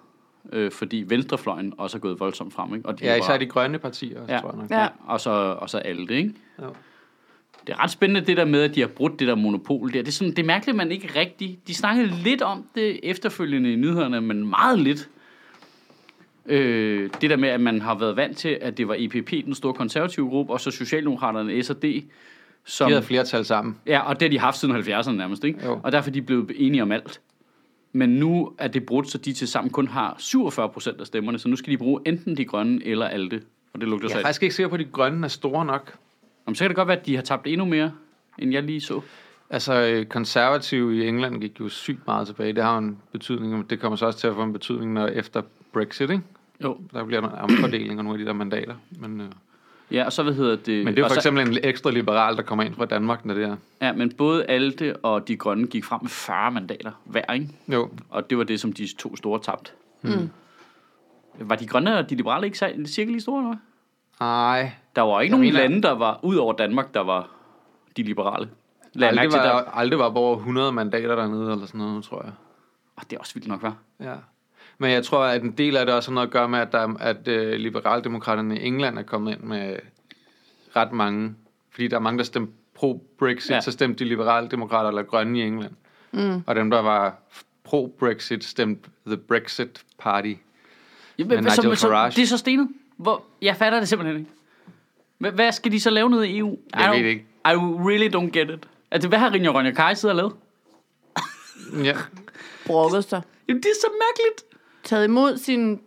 Øh, fordi venstrefløjen også er gået voldsomt frem, ikke? Og de
ja,
var-
især de grønne partier, også,
ja,
tror jeg nok.
ja. Og, så, og så alt det, ikke?
Ja.
Det er ret spændende det der med, at de har brudt det der monopol der. Det er, sådan, det er mærkeligt, man ikke rigtigt... De snakkede lidt om det efterfølgende i nyhederne, men meget lidt. Øh, det der med, at man har været vant til, at det var EPP, den store konservative gruppe, og så Socialdemokraterne, S&D, som...
De havde flertal sammen.
Ja, og det har de haft siden 70'erne nærmest, ikke?
Jo.
Og derfor er de blevet enige om alt. Men nu er det brudt, så de til sammen kun har 47 procent af stemmerne, så nu skal de bruge enten de grønne eller Alte. Og det lugter
Jeg
sig
er
af.
faktisk ikke sikker på, at de grønne er store nok.
Jamen, så kan det godt være, at de har tabt endnu mere. end jeg lige så.
Altså, øh, konservative i England gik jo sygt meget tilbage. Det har jo en betydning, og det kommer så også til at få en betydning, når efter Brexit, ikke?
Jo.
Der bliver der en omfordeling og nogle af de der mandater. Men, øh,
Ja, og så hvad hedder det...
men det er jo
og
for
så-
eksempel en ekstra liberal, der kommer ind fra Danmark, når det er...
Ja, men både Alte og De Grønne gik frem med 40 mandater hver, ikke?
Jo,
Og det var det, som de to store tabte. Mm. Var De Grønne og De Liberale ikke sag- cirka lige store, eller hvad?
nej.
Der var ikke nogen
mener-
lande, der var, ud over Danmark, der var de liberale. Lad mærke
Aldrig
til,
var,
der...
aldrig var over 100 mandater dernede, eller sådan noget, tror jeg.
Oh, det er også vildt nok, var.
Ja. Men jeg tror, at en del af det også har noget at gøre med, at, der, er- at øh, liberaldemokraterne i England er kommet ind med ret mange. Fordi der er mange, der stemte pro-Brexit,
Ja.
ja. så stemte de liberaldemokrater eller grønne i England. Mm. Og dem, der var pro-Brexit, stemte The Brexit Party.
Jamen,
Nigel Farage.
det er så stenet. Hvor, jeg fatter det simpelthen ikke. Hvad, hvad skal de så lave nede i EU?
Jeg
I don't-
ved ikke.
I really don't get it. Altså, hvad har Rinja Ronja Kaj siddet og lavet?
Ja.
Brokkes sig.
Jamen, det er så mærkeligt.
Taget imod sin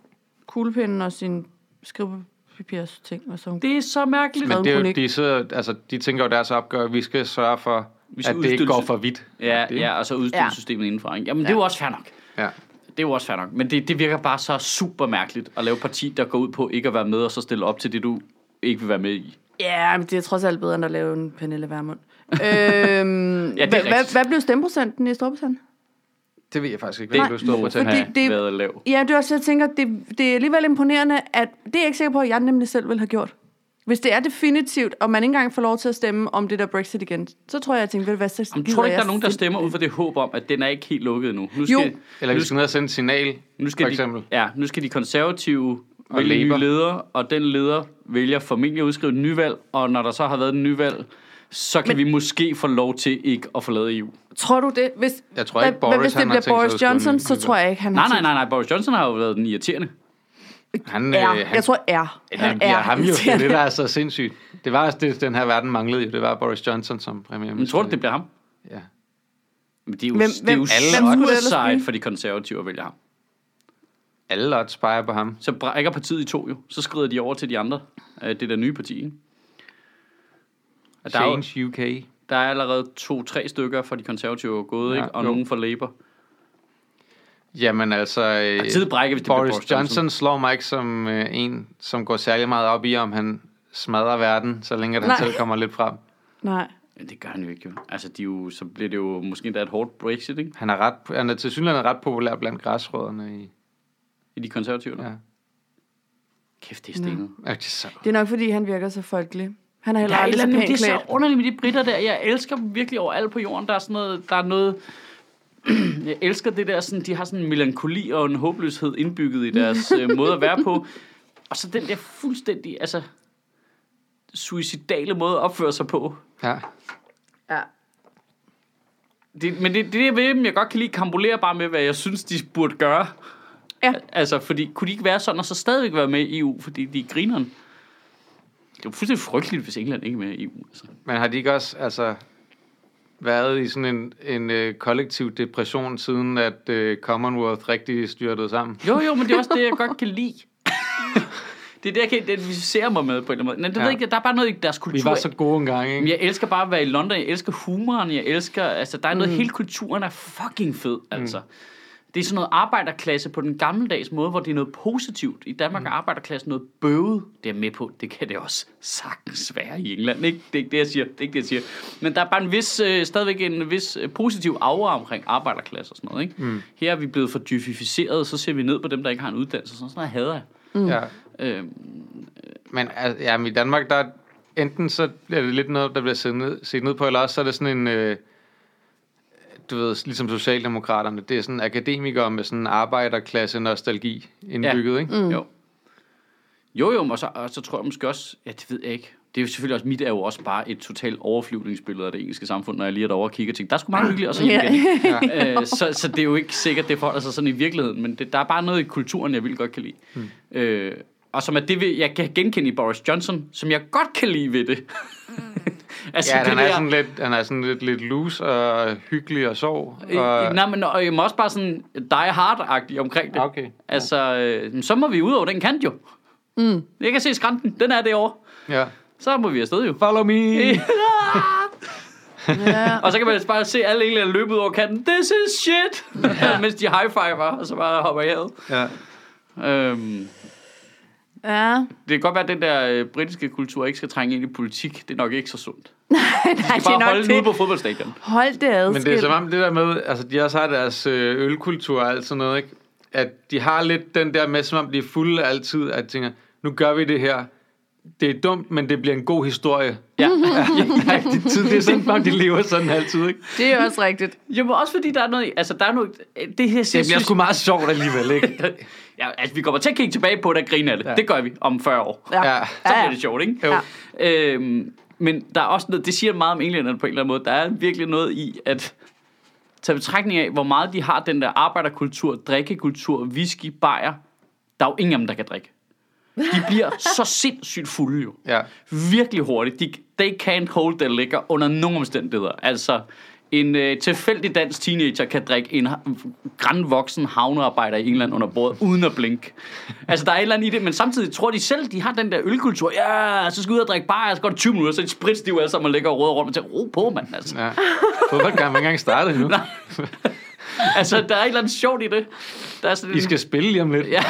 kuglepinde og sin skrivepapirs ting. Og sådan. Det,
Det er så mærkeligt.
Men-
Det er jo,
Kronik.
de, sidder, altså, de tænker jo deres opgave, at vi skal sørge for,
skal
at det ikke
udstille-
går for vidt.
Ja,
det,
ja, og så udstille
Ja.
systemet indenfor. Ikke? Jamen, det er jo også fair nok.
ja.
Det er jo også fair nok. Men det, det virker bare så super mærkeligt at lave et parti, der går ud på ikke at være med, og så stille op til det, du ikke vil være med i.
ja, men det er trods alt bedre, end at lave en Pernille Vermund. øhm,
Ja, det er
hva-
rigtigt.
hva- hvad blev stemmeprocenten i Storbritannien?
Det ved jeg faktisk ikke. Det er
Nej.
blevet Storbritannien.
Fordi
Ja,
det-
været lav.
Ja, det er også, jeg tænker, det, det er alligevel imponerende, at det er jeg ikke sikker på, at jeg nemlig selv ville have gjort. Hvis det er definitivt, og man ikke engang får lov til at stemme om det der Brexit igen, så tror jeg, at jeg tænkte, hvad så
Jamen, tror du ikke, der er nogen, der stemmer ud for det håb om, at den er ikke helt lukket endnu? Nu
Jo.
Eller vi skal ned og sende et signal,
nu skal
for eksempel.
De, ja, nu skal de konservative vælge
Labour.
nye ledere, og den leder vælger formentlig at udskrive en nyvalg, og når der så har været en nyvalg, så kan Men, vi måske få lov til ikke at forlade E EU.
Tror du det? Hvis,
Jeg tror ikke,
hvad-
Boris,
hvad hvis det
han har
bliver
tænkt sig at
Boris
udskrive
Johnson,
en
så
ny
tror jeg ikke, han
Nej,
har
nej, nej, nej, Boris Johnson har jo været den irriterende.
Han,
tænkt-
øh,
Er.
han,
Jeg tror er.
han,
Han
ja,
er
ham jo. Det er
irriterende.
det, der er så sindssygt. Det var også det, den her verden manglede jo. Det var Boris Johnson som
Men
premierminister.
tror du, det bliver ham?
Ja.
Men det er jo,
Hvem-
det er
hvem-
jo
hvem skulle det ellers
suicide
blive?
for de konservative at vælge ham.
Alle odds peger på ham.
Så brækker partiet i to jo. Så skrider de over til de andre. øh, Det der nye parti, ikke? Og Der er, jo,
Change UK.
der er allerede to-tre stykker fra de konservative gået,
Ja,
ikke? Og
jo.
nogen fra Labour.
Jamen altså, øh,
Partiet brækker, hvis det bliver
Boris Johnson. Johnson slår mig ikke som øh, en, som går særlig meget op i, om han smadrer verden, så længe at han
Nej.
selv kommer lidt frem.
nej.
Men det gør han jo ikke, jo. Altså, de er jo, så bliver det jo måske endda et hårdt brexit, ikke?
Han er, ret, han er til synligheden ret populær blandt græsrødderne i...
I de konservative. Ja.
Ja.
Kæft, det er stenet.
Ja, det er så-
Det er nok, fordi han virker så folkelig. Han er
Der
heller
er et
aldrig
eller
så
andet, det er
pænt
så
klædt.
underligt med de britter der. Jeg elsker dem virkelig overalt på jorden. Der er sådan noget, der er noget... Jeg elsker det der, sådan, de har sådan en melankoli og en håbløshed indbygget i deres øh, måde at være på. Og så den der fuldstændig, altså, suicidale måde at opføre sig på.
Ja.
Ja.
Det, men det, det er det, jeg ved dem, jeg godt kan lide, kambulerer bare med, hvad jeg synes, de burde gøre.
Ja.
Altså, fordi kunne de ikke være sådan, og så stadigvæk være med i EU, fordi de er grineren? Det er jo fuldstændig frygteligt, hvis England ikke er med i EU. Altså.
Men har de ikke også altså, været i sådan en, en øh, kollektiv depression, siden at øh, Commonwealth rigtig styrtede sammen?
Jo, jo, men det er også det, jeg godt kan lide. det er det, jeg kan identificere mig med på en eller anden måde. Men det ja.
Ja.
ved ikke, der er bare noget i deres kultur.
Vi var så gode engang,
Men
ikke?
jeg elsker bare at være i London. Jeg elsker humoren. Jeg elsker... Altså, der er noget... Mm. Hele kulturen er fucking fed, altså. Det er sådan noget arbejderklasse på den gammeldags måde, hvor det er noget positivt. I Danmark er arbejderklassen noget bøvet. Det er jeg med på. Det kan det også sagtens være i England. Ikke? Det er ikke det, jeg siger. Det er ikke det, jeg siger. Men der er bare en vis, øh, stadigvæk en vis øh, positiv aura omkring arbejderklasse og sådan noget. Ikke? Mm. Her er vi blevet for dyfificeret, så ser vi ned på dem, der ikke har en uddannelse. Sådan noget hader jeg.
Ja.
Øh,
Men altså, jamen, i Danmark, der er- enten så bliver det lidt noget, der bliver set ned, set ned på, eller også så er det sådan en, øh, du ved, ligesom Socialdemokraterne, det er sådan akademikere med sådan en arbejderklasse-nostalgi indbygget, ja. ikke?
Mm. Jo. Jo, jo, og så, og så tror jeg måske også, ja, det ved jeg ikke. Det er jo selvfølgelig også, mit er jo også bare et totalt overflyvningsbillede af det engelske samfund, når jeg lige er derovre og kigger og tænker, der er sgu meget hyggeligt, og så hjem
Ja.
igen. Øh, så, så det er jo ikke sikkert, det forholder sig sådan i virkeligheden, men det, der er bare noget i kulturen, jeg vildt godt kan lide. Mm. Øh, og som er det, ved- jeg kan genkende i Boris Johnson, som jeg godt kan lide ved det.
Mm.
altså,
Ja, han
der-
er sådan lidt, han er sådan lidt, lidt loose og hyggelig og sjov.
Øh,
Og,
nej, men og jeg må også bare sådan die hard-agtig omkring det.
Ah, Okay.
Altså, øh, så må vi ud over den kant jo. Mm. Jeg kan se skrænten, den er derovre.
ja.
Så må vi afsted jo.
Follow me!
Ah!
Ja.
Og så kan man altså bare se alle englænder løbe ud over kanten. This is shit! Ja. Mens de high-fiver, og så bare hopper i havet.
Ja.
Øhm,
ja.
det kan godt være, at den der øh, britiske kultur ikke skal trænge ind i politik. Det er nok ikke så sundt.
Nej, Altså, det er
Bare
nok
holde den ude på
det.
fodboldstadion.
Hold det adskilt.
Men det er som om det der med, altså de også har deres øh, ølkultur og alt sådan noget, ikke? At de har lidt den der med, som om de er fulde altid, at de tænker, nu gør vi det her. Det er dumt, men det bliver en god historie.
Ja.
Nej, det, tid, det er sådan, som om de lever sådan altid, ikke?
det er også rigtigt.
Jo, men også fordi der er noget... Altså, der er noget... Det her
Det bliver sgu meget sjovt alligevel, ikke?
Ja, altså, vi kommer til at kigge tilbage på det og grine af det. Ja. Det gør vi om 40 år.
Ja.
Ja.
ja.
Så
ja.
bliver det sjovt, ikke?
Jo.
Ja.
Øhm, men der er også noget, det siger meget om englænderne på en eller anden måde. Der er virkelig noget i at tage betragtning af, hvor meget de har den der arbejderkultur, drikkekultur, whisky, bajer. Der er jo ingen af dem, der kan drikke. De bliver så sindssygt fulde jo.
Ja.
Virkelig hurtigt. De, they can't hold their liquor under nogen omstændigheder. Altså, en øh, tilfældig dansk teenager kan drikke en ha- grandvoksen havnearbejder i England under bordet, uden at blinke. Altså, der er et eller andet i det, men samtidig tror de selv, de har den der ølkultur. Ja, så skal jeg ud og drikke bare, så går det 20 minutter, så er de spritstive alle sammen og ligger og råder rundt og tænker, ro på, mand. Altså.
ja. Fodboldkamp er ikke engang startet endnu.
altså, der er et eller andet sjovt i det. Der er sådan
I
en-
skal spille lige om lidt.
Ja.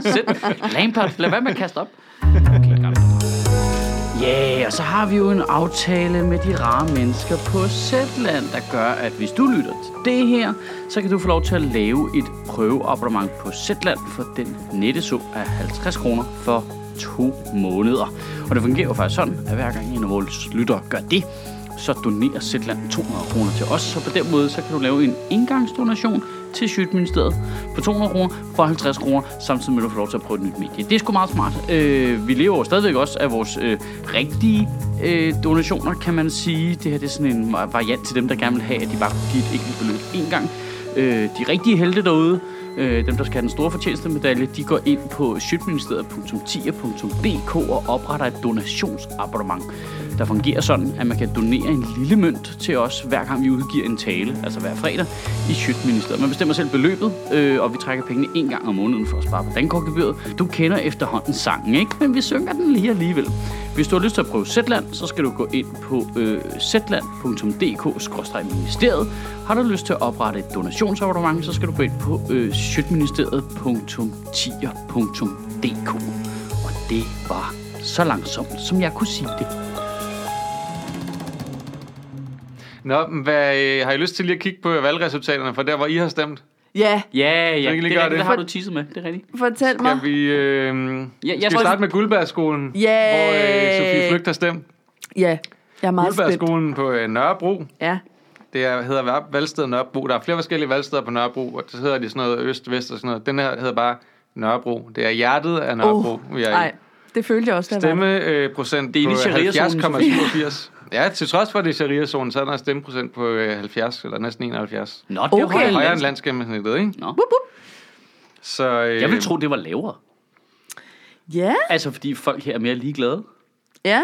Sæt. Lampard, lad være med at kaste op. Ja, yeah, og så har vi jo en aftale med de rare mennesker på Zetland, der gør, at hvis du lytter til det her, så kan du få lov til at lave et prøveabonnement på Zetland for den nette så af 50 kroner for to måneder. Og det fungerer jo faktisk sådan, at hver gang en af vores lyttere gør det, så donerer Zetland 200 kroner til os. Så på den måde, så kan du lave en engangsdonation til Sjøtministeriet på 200 kroner for 50 kroner, samtidig med at du får lov til at prøve et nyt medie. Det er sgu meget smart. Øh, vi lever jo stadigvæk også af vores øh, rigtige øh, donationer, kan man sige. Det her det er sådan en variant til dem, der gerne vil have, at de bare kunne give et enkelt beløb én gang. Øh, de rigtige helte derude, øh, dem der skal have den store fortjenestemedalje, de går ind på sjøtministeriet.10.dk og opretter et donationsabonnement, der fungerer sådan, at man kan donere en lille mønt til os, hver gang vi udgiver en tale, altså hver fredag, i Sjøtministeriet. Man bestemmer selv beløbet, øh, og vi trækker pengene en gang om måneden for at spare på dankortgebyret. Du kender efterhånden sangen, ikke? Men vi synger den lige alligevel. Hvis du har lyst til at prøve Zetland, så skal du gå ind på øh, zetland.dk-ministeriet. Har du lyst til at oprette et donationsabonnement, så skal du gå ind på øh, sjøtministeriet.tier.dk. Og det var så langsomt, som jeg kunne sige det.
Nå, men hvad, øh, har I lyst til lige at kigge på valgresultaterne fra der, hvor I har stemt?
ja.
Ja, ja,
kan ikke
det,
lige
det,
gøre
er rigtigt,
det.
det har du tisset med, det er rigtigt.
Fortæl mig.
Skal vi, øh,
jeg
skal vi
tror-
starte med Guldbergskolen,
Ja.
hvor øh, Sofie Flygt har stemt?
Ja, jeg er meget spændt.
Guldbergskolen på øh, Nørrebro.
Ja.
Det er, hedder Val- valgstedet Nørrebro. Der er flere forskellige valgsteder på Nørrebro, og så hedder de sådan noget øst, vest og sådan noget. Den her hedder bare Nørrebro. Det er hjertet af Nørrebro,
Åh,
oh, vi er i.
Uh, Nej, det følte jeg også, der
Stemme øh, procent
Det er
på
inde i sharia-zonen,
70,87. ja, til trods for at det er sharia-zonen, så er der en stemmeprocent på øh, 70, eller næsten 71.
Nå, det er
Okay.
okay.
Højere end
højere end
landsgennemsnittet, ikke?
Nå.
Wup, wup.
Så, øh,
Jeg ville tro, det var lavere.
Ja,
Altså, fordi folk her er mere ligeglade.
ja.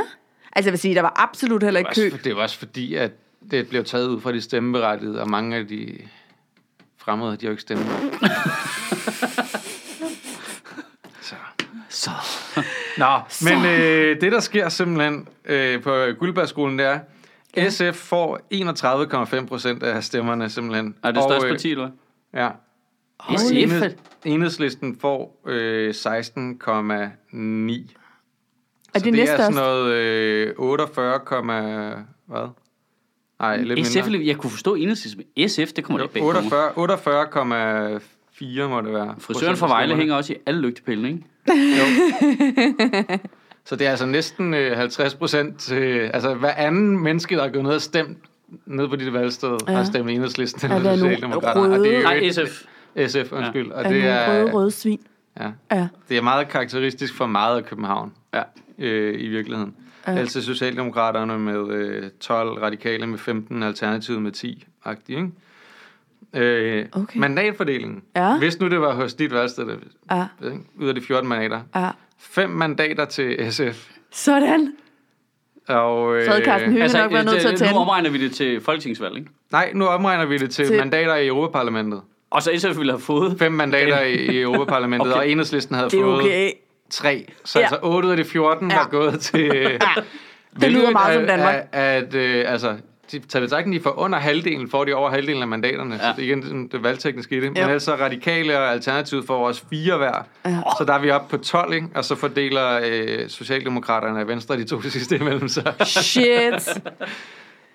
Altså jeg vil sige, der var absolut heller ikke
også,
kø.
for- det er også fordi, at det blev taget ud fra de stemmeberettigede, og mange af de fremmede, de har jo ikke stemme. Så.
Så.
Nå, men øh, det der sker simpelthen øh, på Guldbergskolen, det er, SF får 31,5 procent af stemmerne simpelthen.
Er det største
øh,
parti, eller hvad?
Ja.
SF.
Enhed- Enhedslisten får øh, 16,9.
Er
Så
det næste
er sådan
også?
noget øh, 48, hvad? Nej, lidt
SF,
mindre.
eller- jeg kunne forstå enhedslisten, men SF, det kommer
Jo,
ikke bag på mig.
48 48,4 må det være.
Frisøren
procent
fra
af
Vejle
stemmerne.
hænger også i alle lygtepælene, ikke?
Så det er altså næsten øh, 50 procent. Øh, altså hver anden menneske, der er gået ned og stemt ned på dit valgsted, ja.
Ja.
har stemt enhedslisten
Er
eller
der nogle
Socialdemokraterne. Og det er jo
Nej,
et-
SF.
SF, undskyld. Og
Er
det
nogle røde,
er,
røde svin?
ja,
Ja.
det er meget karakteristisk for meget af København
Ja.
øh, i virkeligheden.
Ja.
Altså Socialdemokraterne med øh, 12, Radikale med 15, Alternativet med 10, agtig, ikke? Øh,
Okay.
Mandatfordelingen.
Ja.
Hvis nu det var hos dit valgsted, der-
Ja,
ikke? ud af de 14 mandater,
ja.
fem mandater til SF.
Sådan.
Og, øh,
Så havde Karsten Hønge nok været nødt til at
Altså, det, nu
tænde.
omregner vi det til folketingsvalg, ikke?
Nej, nu omregner vi det til,
Til-
til... mandater i Europaparlamentet.
Og så SF ville have fået...
Fem mandater i, i Europaparlamentet,
Okay.
okay. og enhedslisten havde
Det er
fået
okay.
tre. Så
Ja.
ja. altså otte ud af de 14 ja. var
Ja.
gået til... øh, Ja.
lyder meget som Danmark.
At, at, øh, altså, de tager betragtning, de får under halvdelen, får de over halvdelen af mandaterne. Ja. Så det er igen sådan, det valgtekniske i det. Men
Jo.
ellers så radikale og alternativet får også fire hver.
Ja.
Så der er vi oppe på 12, ikke? og så fordeler øh, Socialdemokraterne og Venstre de to sidste imellem sig.
Shit.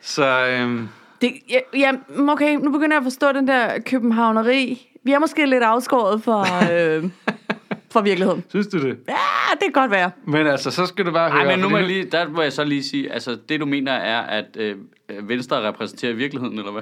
Så øhm,
Det, ja, ja, okay, nu begynder jeg at forstå den der københavneri. Vi er måske lidt afskåret fra, øh, fra virkeligheden.
synes du det?
Ja, Ah, det kan godt være.
Men altså, så skal du bare høre.
Nej, men nu må
fordi
jeg lige, der må jeg så lige sige, altså det du mener er, at øh, Venstre repræsenterer virkeligheden, eller hvad?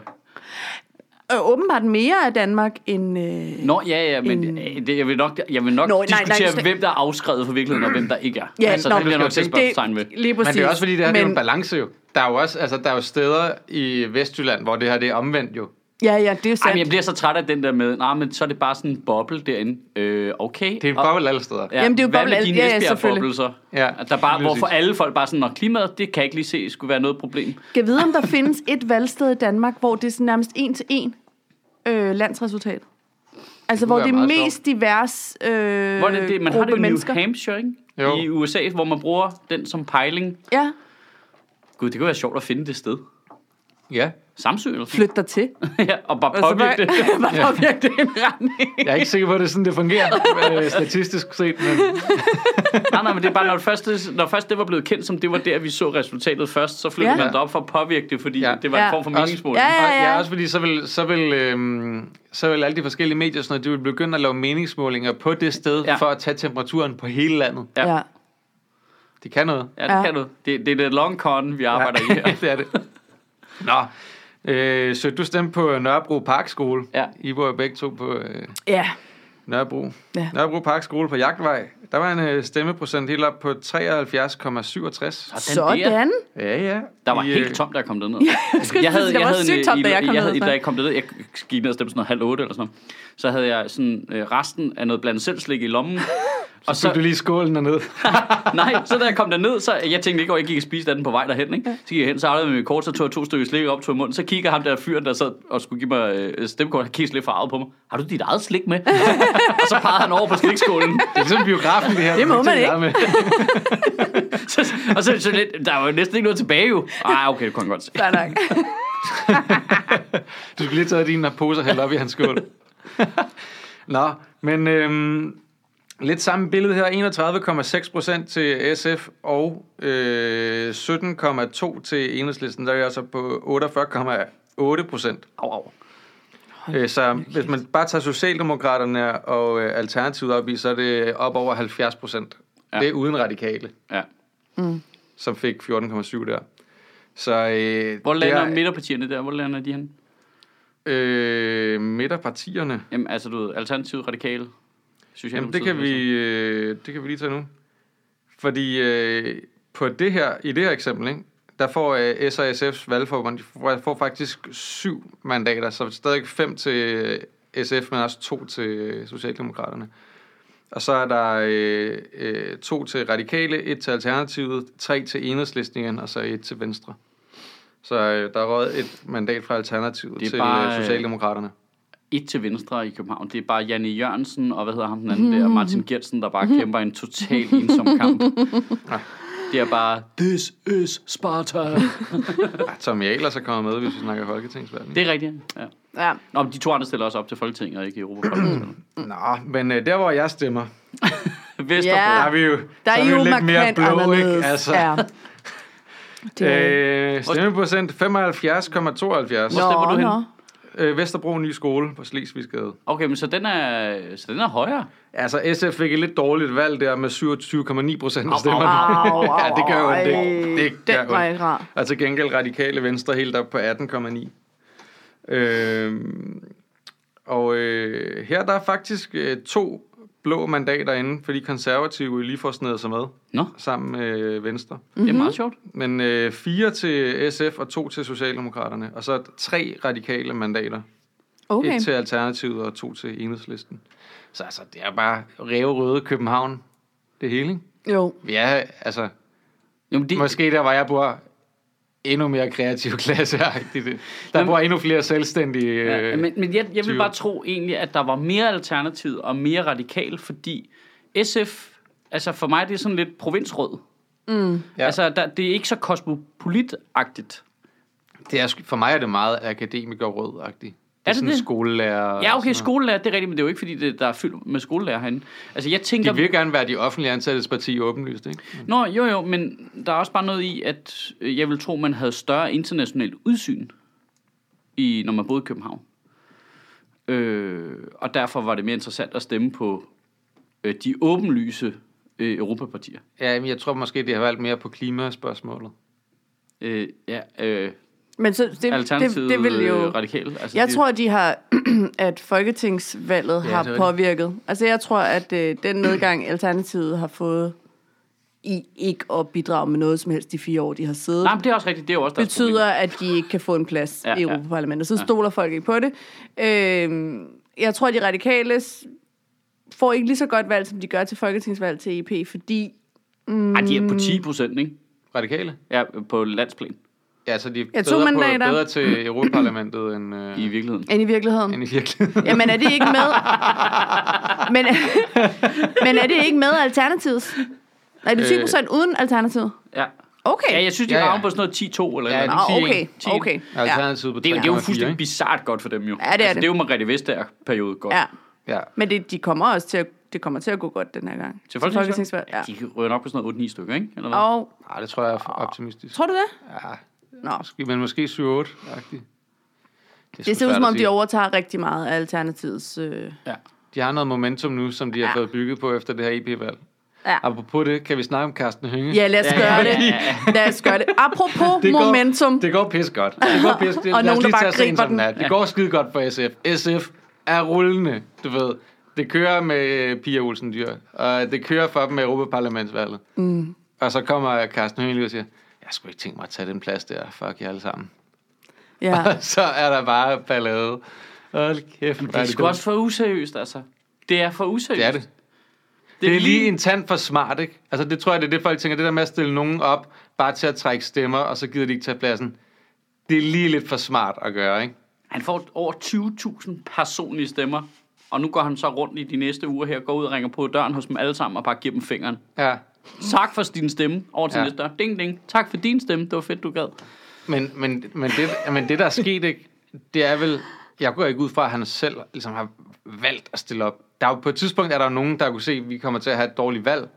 Øh, åbenbart mere af Danmark end... Øh,
Nå, ja, ja, men
En-
øh, det, jeg vil nok, jeg vil nok
Nå,
nå,
nej, nej,
diskutere, nej,
slet-
nej, hvem der er afskrevet for virkeligheden, og hvem der ikke er.
Ja,
altså,
nå,
det bliver jeg nok
det-
til spørgsmålstegn ved.
lige præcis.
Men det er også fordi, det her men... det er jo en
Men-
balance jo. Der er jo også, altså, der er jo steder i Vestjylland, hvor det her det er omvendt jo.
Ja, ja, det er jo
Ej, men jeg
sandt.
bliver så træt af den der med, nej, men så er det bare sådan en boble derinde. Øh, okay.
Det er en boble alle steder. Ja.
Jamen, det er jo
hvad
boble
med
alt-
dine
ja, ja,
Esbjerg-boble
selvfølgelig.
så?
Ja,
At der bare,
lige
hvorfor
præcis.
alle folk bare sådan, når klimaet, det kan jeg ikke lige se, skulle være noget problem.
Skal vide, om der findes et valgsted i Danmark, hvor det er sådan nærmest en til en øh, landsresultat? Altså, hvor
være
det er
meget
mest divers øh,
Hvor er det, det, man har
gruppe
det i New
mennesker.
Hampshire, ikke?
Jo.
I USA, hvor man bruger den som pejling.
Ja,
Gud, det kunne være sjovt at finde det sted.
ja.
Samsø eller sådan
flyt dig til.
noget. ja, og bare
Altså,
påvirke det.
bare, bare påvirke det i en retning.
Jeg er ikke sikker på, at det er sådan, det fungerer øh, statistisk set, men
Nej, nej, men det er bare, når først det, når først det var blevet kendt, som det var der, vi så resultatet først, så flyttede
Ja.
ja. man derop for at påvirke det, fordi
Ja.
ja. det var
Ja.
en form for
Også-
meningsmål.
Ja, ja,
Og,
ja.
ja, også fordi så vil, så vil, øhm, så vil alle de forskellige medier, og sådan noget, de vil begynde at lave meningsmålinger på det sted, ja.
Ja.
for at tage temperaturen på hele landet.
Ja.
ja.
De kan noget.
Ja,
Ja.
det kan du. Det, det er det long con, vi arbejder ja. i her.
det er det. Nå, øh, så du stemte på Nørrebro Parkskole.
Ja.
I var jo begge to på øh,
Ja.
Nørrebro.
Ja.
Nørrebro Parkskole på Jagtvej. Der var en øh, stemmeprocent helt op på 73,67.
Der.
Sådan.
Ja, ja.
Der var
I, øh,
helt tomt, da jeg kom derned.
Jeg, skulle sige,
jeg havde,
det
jeg
var
havde
sygt
en,
tomt,
i-
da jeg kom
jeg havde,
ned.
da jeg kom derned, jeg gik ned og stemte sådan noget halv otte eller sådan noget. Så havde jeg sådan øh, resten af noget blandt selv slik i lommen. og
Så du lige skålen dernede.
Nej, så da jeg kom derned, så jeg tænkte ikke, at jeg gik og spiste af den på vej derhen. Ikke? Så gik jeg hen, så afleverede jeg mit kort, så tog jeg to stykker slik op, tog i munden, så kigger ham der fyren, der sad og skulle give mig øh, stemmekort, han kiggede lidt farvet på mig. Har du dit eget slik med? og så pegede han over på slikskålen.
Det er ligesom biografen, det her.
Det må
Du
man
tænker
ikke.
Med.
Så, og så, så lidt, der var jo næsten ikke noget tilbage jo. Ej, okay, det kunne han godt se.
Fair nok.
Du skulle lige tage dine poser og hælde op i hans skål. Nå, men øhm, lidt samme billede her. 31,6 procent til SF og øh, 17,2 til Enhedslisten. Der er jeg altså på 48,8 procent.
Au, au.
Øh, så hvis man bare tager Socialdemokraterne og øh, Alternativet op i, så er det op over 70 procent. Ja.
Ja.
Det er uden radikale,
Ja.
som fik 14,7 der. Så, øh,
Hvor
det er-
lander midterpartierne der? Hvor lander de hen?
Øh, midterpartierne.
Jamen, altså, du ved, Alternativet, Radikale,
Jamen, det
Socialdemokratiet. altså.
kan, vi, øh, det kan vi lige tage nu. Fordi øh, på det her, i det her eksempel, ikke, der får øh, S og SF's valgforbund, de får, får faktisk syv mandater, så stadig fem til øh, SF, men også to til øh, Socialdemokraterne. Og så er der øh, øh, to til Radikale, et til Alternativet, tre til Enhedslisten igen, og så et til Venstre. Så øh, der er røget et mandat fra Alternativet
Det er
til
bare,
bare,
øh,
Socialdemokraterne.
et til venstre i København. Det er bare Janne Jørgensen og hvad hedder ham den anden der, Martin Gertsen, der bare kæmper en total ensom kamp. Det er bare, this is Sparta.
Ah, Tommy Ahlers er kommet med, hvis vi snakker folketingsvalg.
Det er rigtigt, ja.
Ja.
Nå, men de to andre stiller også op til Folketinget og ikke i Europaparlamentet.
Nå, men øh, der hvor jeg stemmer,
Vesterbro.
Ja.
Yeah.
der er vi jo,
Der
så
er,
vi
jo
lidt mere
markant
blå,
anderledes.
ikke? Altså,
Ja.
ja.
Det er,
øh, stemmeprocent 75,72.
Hvor stemmer
nå,
du hen?
nå.
Øh, Vesterbro Nye Skole på Slesvigsgade.
Okay, men så den er, så den er højere.
Altså, SF fik et lidt dårligt valg der med 27,9 procent af stemmerne.
Au, au, au,
Ja, det gør jo
au,
det.
ej.
Det gør
Den var
ondt.
ikke rar.
Og til gengæld radikale venstre helt op på 18,9. Øh, og øh, her der er faktisk øh, to blå mandater inde, fordi konservative lige får snedet sig med
Nå,
sammen med øh, venstre.
det er meget sjovt.
Men øh, fire til SF og to til Socialdemokraterne, og så tre radikale mandater. Okay.
Okay.
Et til Alternativet og to til Enhedslisten. Så altså, det er bare ræverøde København, det hele, ikke?
Jo.
Vi er, altså,
Jamen, det,
måske der, hvor jeg bor, endnu mere kreativ klasse Der
Jamen-
bor endnu flere selvstændige. Øh,
Ja, men men jeg, jeg vil
tyve.
bare tro egentlig, at der var mere alternativ og mere radikal, fordi SF, altså for mig, det er sådan lidt provinsråd. Mm.
Ja.
Ja. Altså, der, det er ikke så kosmopolitagtigt.
Det er, sgu- for mig er det meget akademikerråd-agtigt. Det er,
det
sådan
det?
skolelærer.
Ja,
og
okay,
sådan noget.
skolelærer, det er rigtigt, men det er jo ikke, fordi det, der er fyldt med skolelærer herinde. Altså, jeg tænker...
De vil gerne være de offentlige ansattes parti åbenlyst, ikke?
Nå, jo, jo, men der er også bare noget i, at øh, jeg vil tro, man havde større internationalt udsyn, i, når man boede i København. Øh, og derfor var det mere interessant at stemme på øh, de åbenlyse øh, europapartier.
Ja, men jeg tror måske, det har valgt mere på klimaspørgsmålet.
Øh, ja, øh,
Men så, det, det,
Alternativet
det vil jo...
radikale. Altså,
Jeg
det-
tror, de har, at folketingsvalget
det
ja,
er
har
rigtigt.
påvirket. Altså, jeg tror, at øh, den nedgang, Alternativet har fået i ikke at bidrage med noget som helst de fire år, de har siddet,
Nej, men det er også rigtigt. Det er jo også deres
betyder, at de ikke kan få en plads
Ja,
ja, i
ja.
Europaparlamentet. Så stoler folk ikke på det. Øhm, jeg tror, at de radikale s- får ikke lige så godt valg, som de gør til folketingsvalg til EP, fordi
problem. Ej, de er på 10 procent, ikke?
Radikale?
Ja, på landsplan
Ja, så de er
Ja,
bedre,
to
på,
mandater.
bedre til Europaparlamentet end, øh,
i virkeligheden.
end i virkeligheden.
end i virkeligheden.
Jamen er det ikke med? men, men er det ikke med alternativet? Nej, det er 20 procent uden alternativet.
Ja.
Okay.
Øh. ja, jeg synes, de
Ja,
ja,
ja.
ja. på sådan noget 10-2 eller
Ja,
ja,
det-
noget.
Nå,
10,
okay,
10.
okay. Ja.
Alternativet på
Det er, jo, det er jo
3,4,
fuldstændig
ikke?
bizart godt for dem jo. Altså,
det er det.
det er jo Margrethe Vestager periode godt.
ja.
Ja.
Men det, de kommer også til at, det kommer til at gå godt den her gang.
Til folketingsvalg?
Ja.
De rører nok på sådan noget 8-9 stykker, ikke? Eller hvad?
Og,
Nej,
Ah,
det tror jeg er for optimistisk.
tror du det?
Ah. Ja,
Nå.
måske, men måske 7-8-agtigt.
Det ser ud som om, de overtager rigtig meget af alternativets... Øh,
Ja.
De har noget momentum nu, som de har
Ja.
fået bygget på efter det her EP-valg.
ja.
Apropos det, kan vi snakke om Carsten Hønge?
ja, lad os
Ja, ja,
gøre
ja,
det.
ja, ja.
Lad os gøre det. Apropos det
går-
momentum.
Det går pis godt. Det går pis. Det, lad os
nogen, der
lige
bare
tage sagen
griber
som
den.
er. Det går skide godt for SF. SF er rullende, du ved. Det kører med øh, Pia Olsen Dyr, og det kører for dem med Europaparlamentsvalget. Mm. Og så kommer Carsten Hønge lige og siger, jeg skulle ikke tænke mig at tage den plads der, fuck jer alle sammen.
Ja.
så er der bare ballade. Hold kæft, hvor
Det er sgu
dumt.
også for useriøst, altså. Det er for useriøst.
Det er det. Det er lige en tand for smart, ikke? Altså, det tror jeg, det er det, folk tænker. Det der med at stille nogen op, bare til at trække stemmer, og så gider de ikke tage pladsen. Det er lige lidt for smart at gøre, ikke?
Han får over 20.000 personlige stemmer, og nu går han så rundt i de næste uger her, går ud og ringer på døren hos dem alle sammen og bare giver dem fingeren.
Ja.
Tak for din stemme. Over til
Ja.
ja. næste dør. Ding, ding. Tak for din stemme. Det var fedt, du gad.
Men, men, men, det, men det, der er sket, ikke? Det er vel... Jeg går ikke ud fra, at han selv ligesom har valgt at stille op. Der er jo, på et tidspunkt er der jo nogen, der kunne se, at vi kommer til at have et dårligt valg.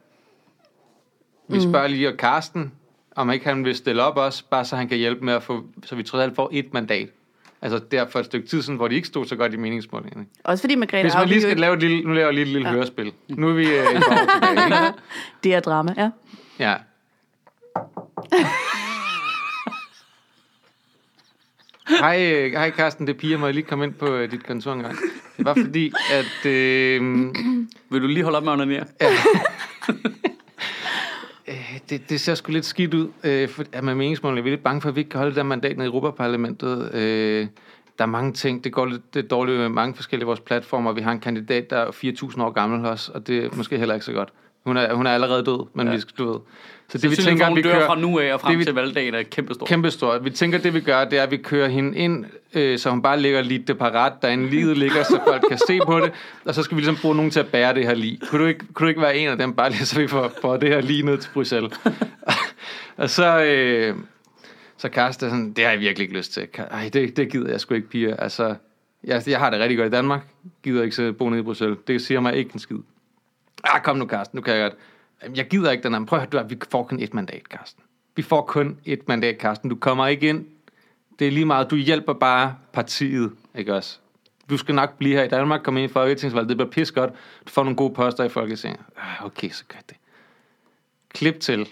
Vi spørger lige og Karsten, om ikke han vil stille op også, bare så han kan hjælpe med at få, så vi trods alt får et mandat. Altså der for et stykke tid siden, hvor de ikke stod så godt i meningsmålingerne.
Også fordi Margrethe
Hvis man
afgik
lige
jo
skal
ikke.
lave et lille, nu laver jeg lige et lille ja. hørespil. Nu er vi øh, et par år tilbage, ikke?
Det er drama, ja.
Ja. Hej, øh, hej Karsten, det er Pia. Må jeg lige komme ind på øh, dit kontor en gang? Det var fordi, at øh,
Vil du lige holde op med at onanere?
øh, det, det ser sgu lidt skidt ud. Øh, for, at med meningsmålene, vi er lidt bange for, at vi ikke kan holde det der mandat nede i Europaparlamentet. Øh, der er mange ting. Det går lidt det er dårligt med mange forskellige af vores platformer. Vi har en kandidat, der er 4.000 år gammel også, og det er måske heller ikke så godt. Hun er, hun er allerede død, men ja. vi skal, du ved. Så det,
Vi tænker, at vi dør fra nu af og frem
det, vi-
til valgdagen er kæmpestor. Kæmpe.
Kæmpe stor. Vi tænker, det vi gør, det er, at vi kører hende ind, øh, så hun bare ligger lige det parat, derinde livet ligger, så folk kan se på det, og så skal vi ligesom bruge nogen til at bære det her lige. Kunne du ikke, kunne du ikke være en af dem, bare lige, så vi får, får det her lige ned til Bruxelles? og så, øh, så Karsten er sådan, det har jeg virkelig ikke lyst til. Ka- Ej, det, det gider jeg sgu ikke, piger. Altså, jeg, jeg har det rigtig godt i Danmark, gider ikke så bo nede i Bruxelles. Det siger mig ikke en skid. Ah, kom nu, Karsten, nu kan jeg godt. Jamen, Jeg gider ikke den her. Prøv at høre, du, vi får kun et mandat, Karsten. Vi får kun et mandat, Karsten. Du kommer ikke ind. Det er lige meget. Du hjælper bare partiet, ikke også? Du skal nok blive her i Danmark, komme ind i Folketingsvalget. Det bliver pis godt. Du får nogle gode poster i Folketinget. Ah, Okay, så gør det. Klip til.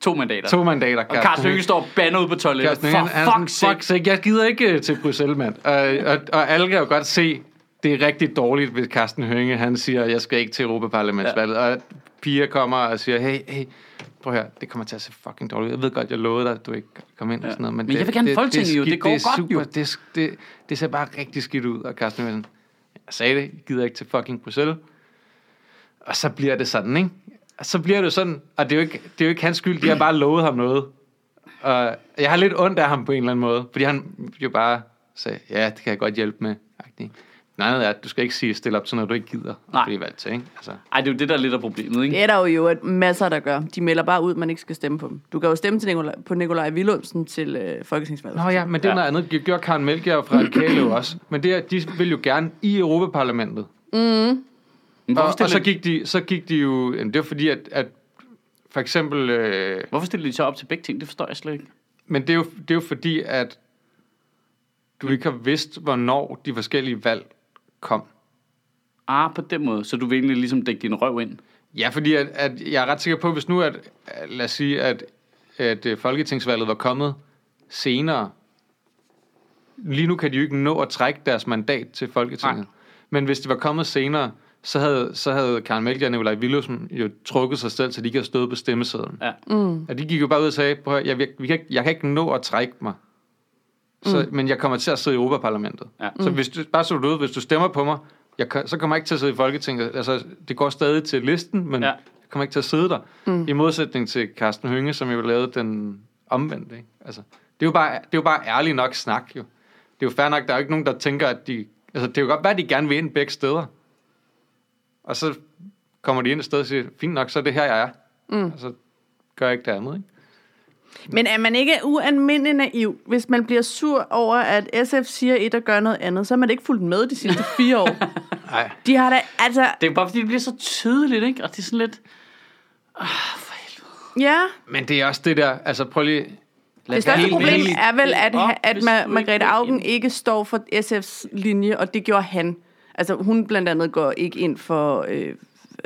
To mandater. To.
To mandater,
Og Carsten Hønge står bandet ude på toilettet.
Carsten Hønge,
For
han- han er
fuck's
sådan,
sake.
fuck sake. Jeg gider ikke øh, til Bruxelles, mand. Og, og, og alle kan jo godt se, det er rigtig dårligt, hvis Carsten Hønge, han siger, jeg skal ikke til Europaparlamentsvalget. Ja. Og piger kommer og siger, hey, hey, prøv her, det kommer til at se fucking dårligt. ud. Jeg ved godt, jeg lovede dig, at du ikke kom ind ja. og sådan noget.
Men jeg vil gerne Folketinget jo, det går
det er
godt
super,
jo.
Det, er- det, det ser bare rigtig skidt ud, og Carsten Hønge er sådan, jeg sagde det, jeg gider ikke til fucking Bruxelles. Og så bliver det sådan, ikke? Og så bliver det jo sådan, og det er jo ikke, det er jo ikke hans skyld, de har bare lovet ham noget. Og jeg har lidt ondt af ham på en eller anden måde, fordi han jo bare sagde, ja, det kan jeg godt hjælpe med. agtig. Nej, nej, du skal ikke sige stille op til noget, du ikke gider
Nej.
at blive valgt til. Ikke? Altså,
Ej, det er jo det, der er lidt af problemet, ikke?
Det er der jo jo at masser, der gør. De melder bare ud, man ikke skal stemme på dem. Du kan jo stemme til Nicolai, på Nikolaj Willumsen til øh, Folketingsvalget.
Nå ja, men det
Ja.
er ja. noget andet. Det gjorde Karen Melchior fra Radikale jo også. Men det er, de vil jo gerne i Europaparlamentet.
Men
Og,
hvorfor,
og så,
stiller,
gik de, så gik de jo... Jamen, det var fordi, at, at for eksempel... Øh,
hvorfor stiller de så op til begge ting? Det forstår jeg slet ikke.
men det er, jo, det er jo fordi, at du ikke har vidst, hvornår de forskellige valg kom.
Ah, på den måde. Så du vil egentlig ligesom dække din røv ind.
Ja, fordi at, at jeg er ret sikker på, hvis nu, at, at lad os sige, at, at øh, folketingsvalget var kommet senere. Lige nu kan de jo ikke nå at trække deres mandat til Folketinget.
Nej.
Nej. Men hvis det var kommet senere, så havde, så havde Karen Melchior og Nikolaj Willumsen jo trukket sig selv, så de ikke havde stået på stemmesedlen.
Ja.
Mm. Og de gik jo bare ud og sagde, prøv at, høre, jeg, jeg, vi kan, ikke- jeg kan ikke nå at trække mig. Så, mm. Men jeg kommer til at sidde i Europaparlamentet.
Ja.
Ja. Så hvis du, bare så du ud, hvis du stemmer på mig, jeg, kan- så kommer jeg ikke til at sidde i Folketinget. Altså, det går stadig til listen, men
Ja.
ja. jeg kommer ikke til at sidde der. Mm. I modsætning til Carsten Hønge, som jo lavede den omvendt. Ikke? Altså, det, er jo bare, det er jo bare ærlig nok snak, jo. Det er jo fair nok, der er jo ikke nogen, der tænker, at de... Altså, det er jo godt være, at de gerne vil ind begge steder. Og så kommer de ind et sted og siger, fint nok, så er det her, jeg er. Mm. Og så gør jeg ikke det andet, ikke?
Men er man ikke ualmindelig naiv, hvis man bliver sur over, at SF siger et og gør noget andet, så har man ikke fulgt med de sidste fire år.
Nej.
De har da, altså,
Det er jo bare, fordi det bliver så tydeligt, ikke? Og det er sådan lidt... Ah,
ja,
Men det er også det der, altså prøv lige...
det største
helt
problem
ærligt
er vel, at,
op,
at
hvis
Ma-
du
Margrethe
ikke
Augen
vil
ikke står for SF's linje, og det gjorde han. Altså, hun blandt andet går ikke ind for øh,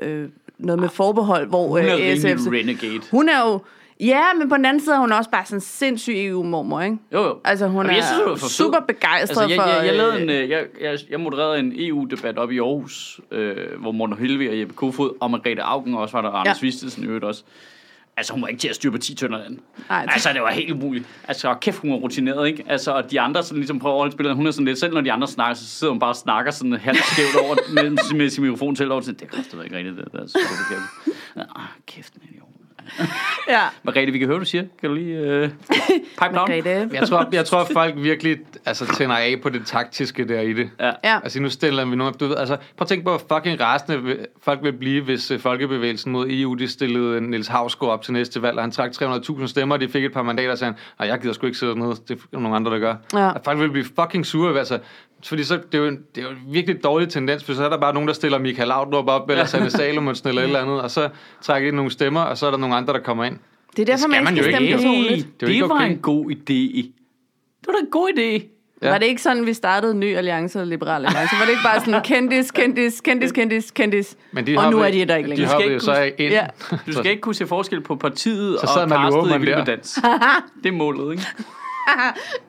øh, noget med forbehold, hvor
Ah, Hun er
øh,
rimelig
SF...
renegade.
Hun er jo... Ja, men på den anden side er hun også bare sådan en sindssyg EU-mormor, ikke?
Jo, jo.
Altså, hun
Jamen,
er,
jeg synes, hun er for
er
fed.
super begejstret
Altså, jeg, jeg, jeg,
for...
lavede
øh,
en, øh, jeg, jeg, jeg modererede en EU-debat op i Aarhus, øh, hvor Morten Helve og Jeppe Kofod og Margrethe Augen også var der, og Anders
Ja.
ja. Vistesen i øvrigt også. Altså, hun var ikke til at styre på 10 tønder den.
Nej, det-
Altså, det var helt umuligt. Altså, og kæft, hun var rutineret, ikke? Altså, og de andre sådan ligesom prøver at holde spillet, hun er sådan lidt, selv når de andre snakker, så sidder hun bare og snakker sådan halvt skævt over med, med sin mikrofon til over, sådan, det koster da ikke rigtigt, det der. Det er super kæft. Ja, ah, kæft, man, jo.
Ja.
Margrethe, vi kan høre, du siger. Kan du lige øh, pipe down?
Margrethe.
Jeg tror, jeg tror folk virkelig altså, tænder af på det taktiske der i det.
Ja.
Ja.
Altså nu stiller vi nogen op. Du ved, altså, prøv at tænke på, hvor fucking rasende vil- folk vil blive, hvis øh, Folkebevægelsen mod EU, de stillede øh, Niels Havsgaard op til næste valg, og han trak 300.000 stemmer, og de fik et par mandater, og sagde han, nej, jeg gider sgu ikke sidde dernede, det er nogle andre, der gør.
Ja.
Og folk vil blive fucking sure, altså, fordi så, det, er jo en, det er jo en virkelig dårlig tendens, for så er der bare nogen, der stiller Michael Laudrup op, eller Sanne Salomonsen, eller et eller andet, og så trækker de nogle stemmer, og så er der nogle andre, der kommer ind.
Det er derfor,
skal
Altså, man,
man
ikke skal
jo
stemme
ikke.
personligt.
det,
Det er jo ikke
var
okay.
en god idé. Det var da en god idé.
Ja.
Ja.
Var det ikke sådan, vi startede en ny alliance og liberal alliance? Var det ikke bare sådan, kendis, kendis, kendis, kendis, kendis,
Men de
og nu
hoppede-
er de der ikke
De
længere?
har-
hoppede jo
ikke
så
kunne-
ind.
Ja.
Du skal ikke kunne se forskel på partiet
Så sad
og
man og
Karsted
lovede
i
man
Vild med
der.
Dans. Det er målet, ikke?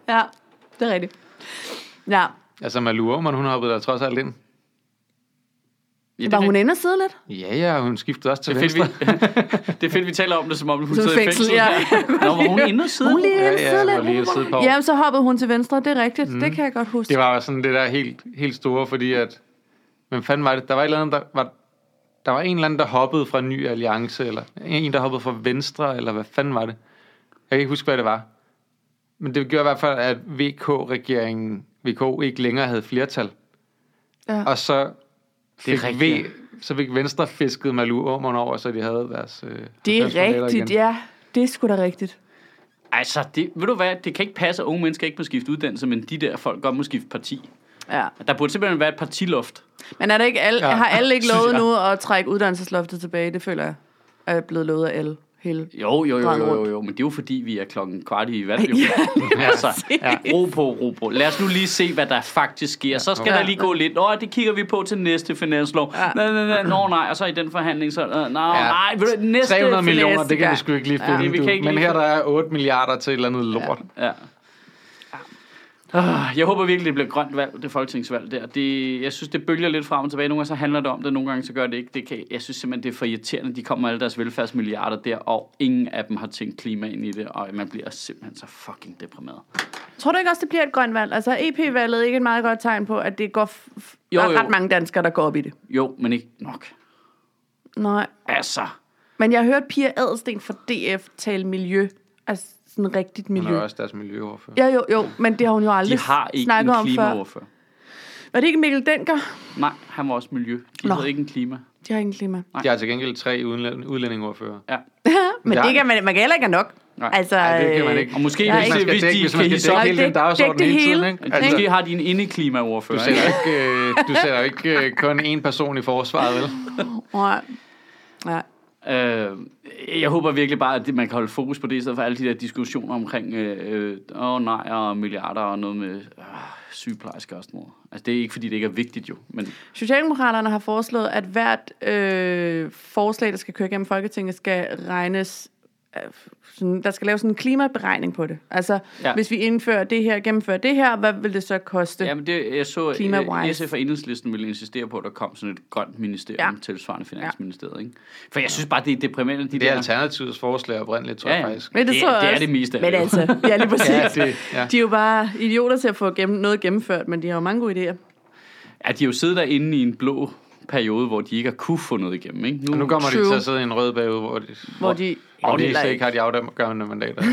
Ja, det er rigtigt. Ja,
Altså Malou Aumann, hun hoppede der trods alt ind.
Ja, det,
var
er
hun
rigtigt.
inde og sidde lidt?
Ja, ja, hun skiftede også til
det er, fedt,
venstre.
vi, det er fedt, vi taler om det, som om hun
Som
sidder i
fængsel,
fængsel.
ja.
Nå, var hun inde og sidde?
Hun lige inde og
Ja, ja,
sidde
hun var
lidt.
lige inde og sidde et par år.
Jamen, så hoppede hun til venstre, det er rigtigt. Mm. Det kan jeg godt huske.
Det var jo sådan det der helt, helt store, fordi at... Men fanden var det? Der var, et eller andet, der, var, der var en eller anden, der hoppede fra Ny Alliance, eller en, der hoppede fra Venstre, eller hvad fanden var det? Jeg kan ikke huske, hvad det var. Men det gjorde i hvert fald, at VK-regeringen, VK ikke længere havde flertal.
Ja.
Og så
Det er
fik,
rigtigt,
v, så fik Venstre fisket Malou Aumund over, så de havde deres... Øh,
det
90
er
mandater
rigtigt,
igen.
ja. Det er sgu da rigtigt.
Altså, det, ved du hvad, det kan ikke passe, at unge mennesker ikke må skifte uddannelse, men de der folk godt må skifte parti.
Ja.
Der burde simpelthen være et partiloft.
Men er der ikke alle, ja.
Ja.
har alle ikke
Synes
lovet
jeg.
nu at trække uddannelsesloftet tilbage? Det føler jeg er blevet lovet af alle. Hele.
Jo, jo, jo,
Drejet
jo, jo,
rundt.
jo, men det er jo fordi, vi er klokken kvart i valg.
Ja,
altså, ja. ro på, ro på. Lad os nu lige se, hvad der faktisk sker. Så skal
Ja.
ja. der lige gå lidt. Nå, det kigger vi på til næste finanslov.
Ja.
Ja. Nå, nå, nå, nå, nej, og så i den forhandling, så... Nå, nej, ved du, næste
300 millioner,
næste
det kan vi
gang.
sgu ikke lige
Ja.
finde.
Det- vi
Ja.
kan ikke
Men
lige
her
finde-
der er 8 milliarder til et eller andet lort. Ja.
Ja. Ah, Jeg håber virkelig, det bliver grønt valg, det folketingsvalg der. Det, jeg synes, det bølger lidt frem og tilbage. Nogle gange så handler det om det, nogle gange så gør det ikke. Det kan, jeg synes simpelthen, det er for irriterende. De kommer med alle deres velfærdsmilliarder der, og ingen af dem har tænkt klima ind i det. Og man bliver simpelthen så fucking deprimeret.
Tror du ikke også, det bliver et grønt valg? Altså, EP-valget er ikke et meget godt tegn på, at det går... F- f-
Jo,
der er
jo.
ret mange danskere, der går op i det.
Jo, men ikke nok.
Nej.
Altså,
Men jeg hørte Pia Adelsten fra DF tale miljø. Altså, sådan rigtigt
Hun er
miljø.
også deres miljøoverfører.
Ja, jo, jo, men det har hun jo aldrig
de har ikke
snakket
en
om før.
klimaordfører.
Var det ikke Mikkel Denker?
Nej, han var også miljø. De
Nå.
havde ikke en klima.
De har ingen klima.
Nej.
Jeg er til gengæld tre udenlæ- udlændingeordfører.
Ja.
Men
Ja.
det kan man, man kan heller ikke have nok.
Nej.
altså,
Nej, det kan man
øh,
ikke.
Og måske,
Jeg er
hvis,
Hvis man
det,
skal
hvis
dække,
de
hvis man
kan
skal dække
især...
hele den
dække- dække
dagsorden
det
hele tiden,
hele.
ikke?
At de
Altså,
Måske har de en
du
indeklimaordfører.
sætter
ikke?
ikke, øh, du sætter jo ikke øh, kun én person i forsvaret, vel?
øh, Nej. Nej.
Øh, jeg håber virkelig bare, at det- man kan holde fokus på det, i stedet for alle de der diskussioner omkring øh, øh, åh nej, og milliarder og noget med øh, sygeplejersker og sådan noget. Altså, det er ikke, fordi det ikke er vigtigt jo, men
Socialdemokraterne har foreslået, at hvert øh, forslag, der skal køre gennem Folketinget, skal regnes... øh, Sådan, der skal laves sådan en klimaberegning på det. Altså,
Ja.
ja. hvis vi indfører det her, gennemfører det her, hvad vil det så koste?
Jamen det, jeg så, at
Klima-wise.
SF og Enhedslisten ville insistere på, at der kom sådan et grønt ministerium, ja.
Ja.
tilsvarende Finansministeriet. Ikke? For jeg synes bare, det er deprimerende. De
Det er altså-
der,
Alternativets forslag oprindeligt, tror
Ja,
jeg
ja.
faktisk.
Men det,
Det-
tror jeg
det er
også.
det meste af
Men
det.
altså, ja, lige præcis.
Ja,
ja,
det, ja.
De er jo bare idioter til at få gennem, noget gennemført, men de har jo mange gode idéer.
at de jo sidder derinde i en blå periode, hvor de ikke har kunne få noget igennem. Ikke?
Og nu kommer de
True.
til at sidde i en rød bagud, hvor de,
Hvor de
hvor de
heller
ikke, ikke har de afgørende mandater.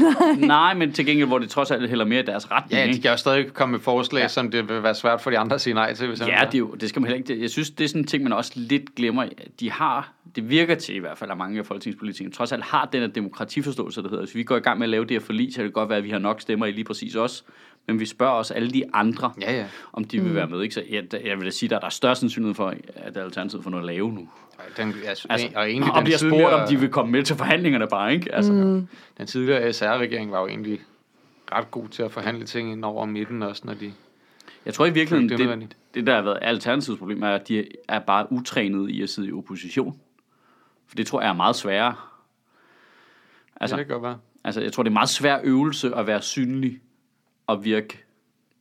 ja,
Nej, men til gengæld, hvor det trods alt hælder mere i deres retning.
de
ikke?
kan jo stadig komme med forslag, ja. som det vil være svært for de andre at sige nej til. Hvis
Ja, det, er jo, det skal man heller ikke. Jeg synes, det er sådan en ting, man også lidt glemmer. De har, det virker til i hvert fald, at mange af folketingspolitikerne trods alt har den her demokratiforståelse, der hedder. Hvis vi går i gang med at lave det her forlig, så kan det godt være, at vi har nok stemmer i lige præcis os. Men vi spørger også alle de andre,
Ja, ja.
om de vil være med. Ikke? Så jeg, jeg vil da sige, at der, der er større sandsynlighed for, at Alternativet får noget at lave nu.
Den, altså,
Altså,
altså, og egentlig
om
den,
de har spurgt,
tidligere,
om de vil komme med til forhandlingerne bare, ikke? Altså, mm.
den tidligere SR-regering var jo egentlig ret god til at forhandle ting ind over midten også, når de...
Jeg tror i
Det er
virkeligheden, det,
nødvendigt.
det der har været Alternativets problem, er, at de er bare utrænede i at sidde i opposition. For det tror jeg er meget sværere.
Altså,
Altså,
det kan godt være.
Altså, jeg tror, det er en meget svær øvelse at være synlig og virke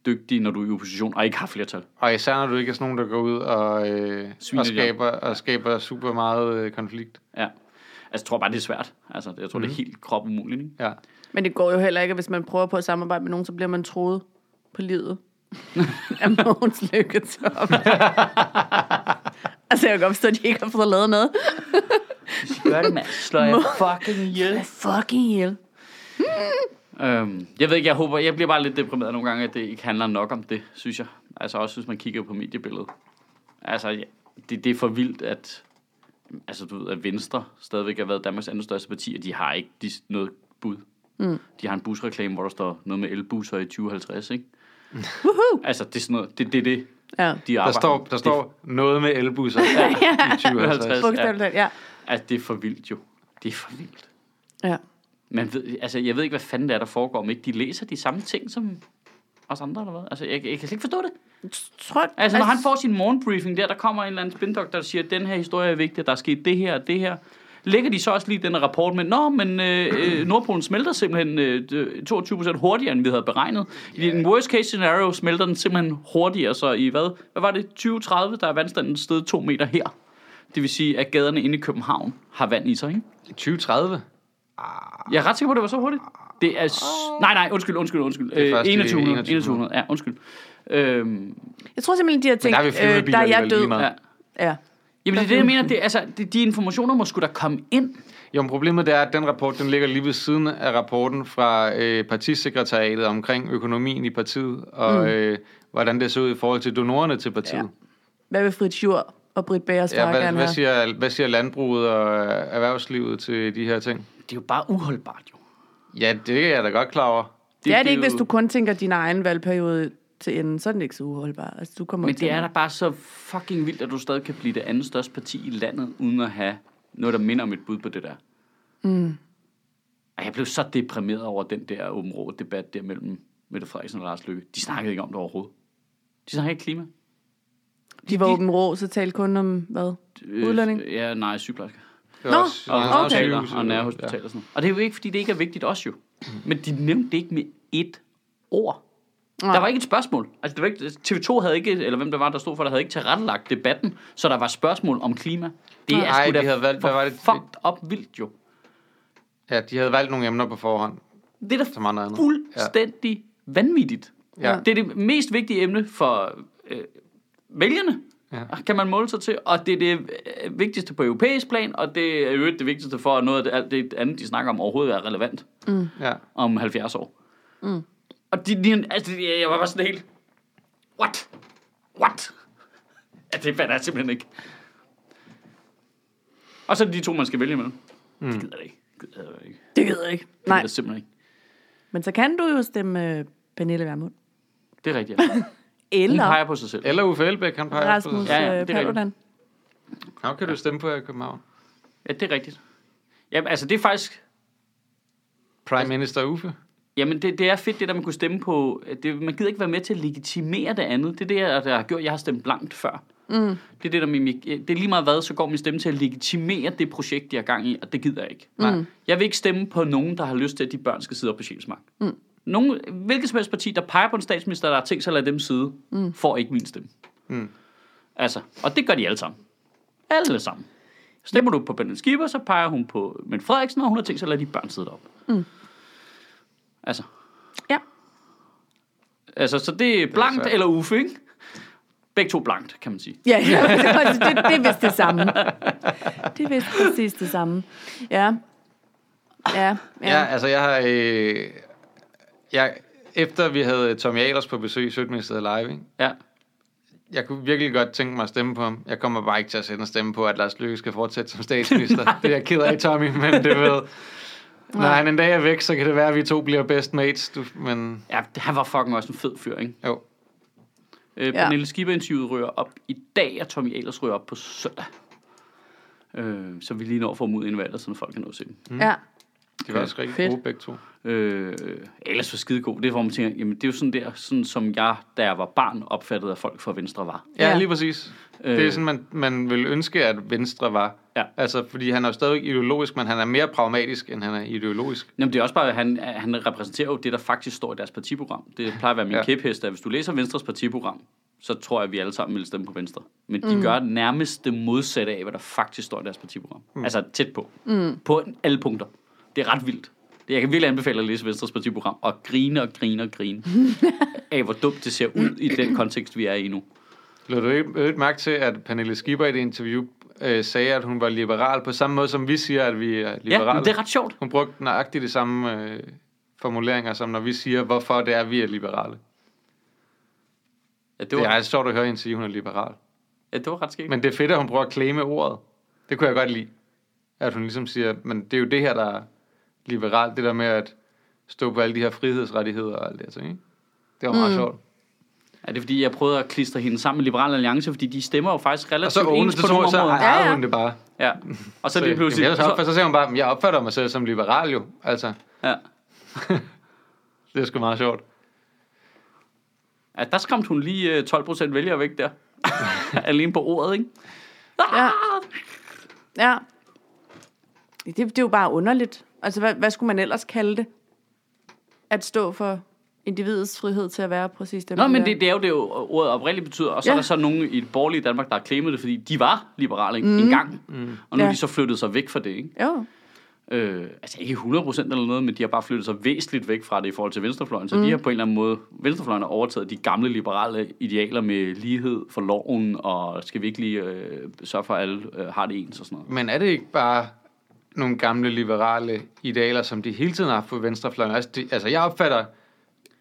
dygtig, når du er i opposition og ikke har flertal.
Og især når du ikke er sådan nogen, der går ud og, øh,
Sviner
og,
de op.
skaber, og skaber super meget øh, konflikt.
Ja. Altså, jeg tror bare, det er svært. Altså, jeg tror, mm. det er helt krop umuligt, ikke?
Ja.
Men det går jo heller ikke, at hvis man prøver på at samarbejde med nogen, så bliver man troet på livet. af Mogens Lykke Toft. altså, jeg kan godt forstå, at de ikke har fået lavet noget.
Gør det, mand. Slår jeg fucking ihjel.
Fucking hell.
Øhm, jeg ved ikke, jeg håber, jeg bliver bare lidt deprimeret nogle gange, at det ikke handler nok om det, synes jeg. Altså, også hvis man kigger på mediebilledet. Altså, ja, det, det er for vildt, at, altså, du ved, at Venstre stadigvæk har været Danmarks andet største parti, og de har ikke de, noget bud. Mm. De har en busreklame, hvor der står noget med elbusser i 2050, ikke?
Woohoo!
Altså, det er sådan noget, det, det er det,
Ja.
de
Der
arbejder
står, der
Det-
står noget med elbusser ja. i 2050.
Bogstaveligt talt, ja.
Altså, det er for vildt jo. Det er for vildt.
ja.
Man ved, altså, jeg ved ikke, hvad fanden det er, der foregår, om ikke de læser de samme ting, som os andre, eller hvad? Altså, jeg, jeg kan slet ikke forstå det.
Tror,
Altså, når han får sin morgenbriefing der, der kommer en eller anden spindoktor, der siger, at den her historie er vigtig, der er sket det her og det her. Lægger de så også lige den rapport med, nå, men øh, øh, Nordpolen smelter simpelthen øh, 22 procent hurtigere, end vi havde beregnet. I den worst case scenario smelter den simpelthen hurtigere, så i hvad? Hvad var det? 2030, der er vandstanden steget to meter her. Det vil sige, at gaderne inde i København har vand i sig, ikke?
2030?
Jeg er ret sikker på, at det var så hurtigt. Det er... S- nej, nej, undskyld, undskyld, undskyld.
er
Øh,
først i
2100,
2100.
2100, ja, undskyld. Øhm,
Jeg tror simpelthen, de har
Men
tænkt,
der er vi flyvende
øh, der
biler
er jeg
alligevel lige
død.
meget.
ja.
Ja.
Jamen det er det, jeg mener. Det, altså, det, de informationer må skulle da komme ind.
Jo, men problemet det er, at den rapport, den ligger lige ved siden af rapporten fra øh, partisekretariatet omkring økonomien i partiet, og mm. øh, hvordan det ser ud i forhold til donorerne til partiet.
Hvad vil Fritz Jur og Britt Bagers far
Ja, ja
ja,
hvad,
gerne
hvad,
have?
siger, hvad siger landbruget og øh, erhvervslivet til de her ting?
Det er jo bare uholdbart, jo.
Ja, det er jeg da godt klar over.
Det er det ikke,
jo-
hvis du kun tænker din egen valgperiode til enden, så er den ikke så uholdbar. Altså, du kommer
Men
til-
det er da bare så fucking vildt, at du stadig kan blive det andet største parti i landet, uden at have noget, der minder om et bud på det der. Mm. Og jeg blev så deprimeret over den der åben rå debat der mellem Mette Frederiksen og Lars Løkke. De snakkede ikke om det overhovedet. De snakkede ikke klima.
De var åben rå, så talte kun om hvad?
Øh,
Udlænding?
Ja, nej, sygeplejersker.
Det er
Nå,
også-
Og
det er
okay.
også
hospitaler
sygehus,
og nærhospitaler og sådan noget. Mm. Og det er jo ikke, fordi det ikke er vigtigt også jo. Men de nævnte det ikke med ét ord.
Nej.
Der var ikke et spørgsmål. Altså, det var ikke, TV2 havde ikke, eller hvem der var, der stod for, der havde ikke tilrettelagt debatten, så der var spørgsmål om klima. Det er
Nej,
sgu da
de havde valgt- hvad var det?
fucked op vildt jo.
Ja. ja, de havde valgt nogle emner på forhånd.
Det er da
Som andre andet.
fuldstændig ja. vanvittigt.
Ja.
Det er det mest vigtige emne for øh, vælgerne,
Ja.
ja. kan man måle sig til. Og det er det øh, vigtigste på europæisk plan, og det er jo det vigtigste for, at noget af det, alt det andet, de snakker om, overhovedet er relevant
Ja.
om 70 år. Mm. Og de, de, altså, jeg jeg var bare sådan helt, what? What? Ja, det fatter jeg simpelthen ikke. Og så er det de to, man skal vælge imellem. Mm. Det gider jeg ikke. Det gider jeg ikke. Det
Det gider jeg ikke.
gider
Nej,
jeg simpelthen ikke.
men så kan du jo stemme øh, Pernille Vermund.
Det er rigtigt. ja. Hun
Eller
peger på sig selv.
Eller Uffe Elbæk, han peger også på
Rasmus
sig.
Ja, ja,
ja,
det er
ja,
rigtigt.
Paludan.
How kan du stemme på her i København?
Ja, det er rigtigt. Jamen, altså, det er faktisk...
Prime Minister Uffe?
Jamen, det, det er fedt, det der, man kunne stemme på. Det, man gider ikke være med til at legitimere det andet. Det er det, jeg, der har gjort. Jeg har stemt blankt før. Mm. Det er det, der med, mit- det er lige meget hvad, så går min stemme til at legitimere det projekt, jeg har gang i, og det gider jeg ikke. Mm. Jeg vil ikke stemme på nogen, der har lyst til, at de børn skal sidde op på Sjælsmark. Mm. Nogen, hvilket som helst parti, der peger på en statsminister, der har tænkt sig at lade dem sidde, mm. får ikke min stemme.
Mm.
Altså, og det gør de alle sammen. Alle sammen. Stemmer du på Pernille Skipper, så peger hun på Mette Frederiksen, og hun har tænkt sig at lade de børn sidde deroppe. Mm. Altså,
Ja.
Altså, så det er blankt
svært.
eller uffe, ikke? Begge to blankt, kan man sige.
Ja, ja det, var- det, det er vist det samme. Det er vist præcis det samme. Ja. Ja, ja.
Ja, altså jeg har... Øh, jeg, efter vi havde Tommy Ahlers på besøg i Sødministeriet Live, ikke?
Ja.
jeg kunne virkelig godt tænke mig at stemme på ham. Jeg kommer bare ikke til at sætte en stemme på, at Lars Løkke skal fortsætte som statsminister. det er jeg ked af, Tommy, men det ved... Når han en dag er væk, så kan det være, at vi to bliver best mates. Du, men
Ja, det- han var fucking også en fed fyr, ikke?
jo,
Øh, ja. Pernille Skipper interviewet rører op i dag, og Tommy Ahlers rører op på søndag. Øh, så vi lige når at få dem ud inden valget, så folk kan nå at se dem.
ja.
de var også rigtig
Fedt.
gode begge to.
Øh, Ahlers var skidegod. Det er, hvor man tænker, jamen det er jo sådan der, sådan som jeg, da jeg var barn, opfattede, at folk fra Venstre var.
Ja,
Ja.
lige præcis.
Øh.
Det er sådan, man, man vil ønske, at Venstre var.
Ja.
Altså, fordi han er jo stadig ideologisk, men han er mere pragmatisk, end han er ideologisk.
Jamen, det er også bare, at han, han repræsenterer jo det, der faktisk står i deres partiprogram. Det plejer at være min ja.
Ja.
kæphest, at hvis du læser Venstres partiprogram, så tror jeg, at vi alle sammen vil stemme på Venstre. Men de mm. gør nærmest det modsatte af, hvad der faktisk står i deres partiprogram. Mm. Altså tæt på. Mm. På alle punkter. Det er ret vildt. Det- Jeg kan virkelig anbefale at læse Venstres partiprogram og grine og grine og grine af, hvor dumt det ser ud i den kontekst, vi er i nu.
Lå du ikke- øvrigt mærke til, at Pernille Skipper i det interview øh, sagde, at hun var liberal, på samme måde som vi siger, at vi er liberale?
Ja, men det er ret sjovt.
Hun brugte nøjagtigt de samme øh, formuleringer, som når vi siger, hvorfor det er, vi er liberale.
Ja, det
Det, var... det er
var,
altså sjovt at høre hende sige, at hun er liberal.
ja, det var ret skægt.
Men det er fedt, at hun prøver at claime ordet. Det kunne jeg godt lide. At hun ligesom siger, men det er jo det her, der er liberalt, det der med at stå på alle de her frihedsrettigheder og alt det her ting, ikke? Det var meget mm. sjovt.
Er det, fordi jeg prøvede at klistre hende sammen med Liberal Alliance, fordi de stemmer jo faktisk
Og så
relativt
oven,
ens
så,
på nogle
tror, så
områder.
ejede
Ja, ja.
hun det bare.
Ja, og så lige pludselig...
Jamen, så,
så,
opfatter, så siger hun bare, "Men jeg opfatter mig selv som liberal jo. Altså,
ja.
det er sgu meget sjovt.
ja, der skræmte hun lige øh, 12 procent vælgere væk der. Alene på ordet, ikke?
Ja. ja. Det, det er jo bare underligt. Altså, hvad, hvad skulle man ellers kalde det? At stå for individets frihed til at være præcis det,
Nå,
man
men
er.
det, det er jo det, jo, ordet oprindeligt betyder. Og så ja. er
Ja.
der så nogen i det borgerlige Danmark, der har claimet det, fordi de var liberale mm. en gang. Mm. Og nu ja.
Ja.
er de så flyttet sig væk fra det, ikke?
Jo.
Øh, altså ikke 100 procent eller noget, men de har bare flyttet sig væsentligt væk fra det i forhold til venstrefløjen. Så mm. de har på en eller anden måde... Venstrefløjen har overtaget de gamle liberale idealer med lighed for loven, og skal vi ikke lige øh, sørge for, at alle øh, har det ens og sådan noget.
Men er det ikke bare nogle gamle liberale idealer, som de hele tiden har haft på venstrefløjen? Altså, de, altså jeg, opfatter,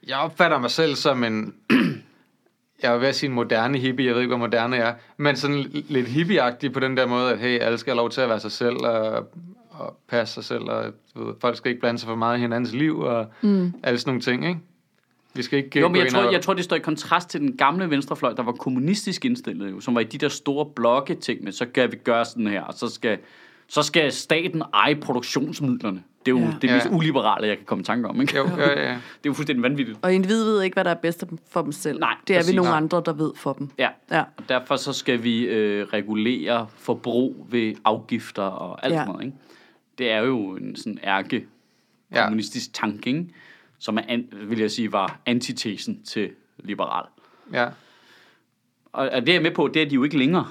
jeg opfatter mig selv som en... Jeg var ved at sige en moderne hippie, jeg ved ikke, hvad moderne er, men sådan lidt hippieagtig på den der måde, at hey, alle skal have lov til at være sig selv og, og passe sig selv, og du ved, folk skal ikke blande sig for meget i hinandens liv og mm. alle sådan nogle ting, ikke? Vi skal ikke øh,
Jo, men
gå
jeg
ind
tror,
og-
jeg tror, det står i kontrast til den gamle venstrefløj, der var kommunistisk indstillet, jo, som var i de der store blokke ting med, så kan vi gøre sådan her, og så skal, så skal staten eje produktionsmidlerne. Det er jo
Ja.
det mest
Ja.
uliberale, jeg kan komme i tanke om. Ikke?
Jo, jo, ja,
Det
ja.
er jo fuldstændig vanvittigt.
Og individet ved ikke, hvad der er bedst for dem selv.
Nej,
det er
præcis.
vi nogle
Nej.
andre, der ved for dem.
Ja.
Ja.
Og derfor så skal vi øh, regulere forbrug ved afgifter og alt
Ja.
ja. sådan noget. Ikke? Det er jo en sådan ærke
Ja.
kommunistisk tanke, ikke? som er, an, vil jeg sige, var antitesen til liberal.
ja.
Og, og det, jeg er med på, det er de jo ikke længere,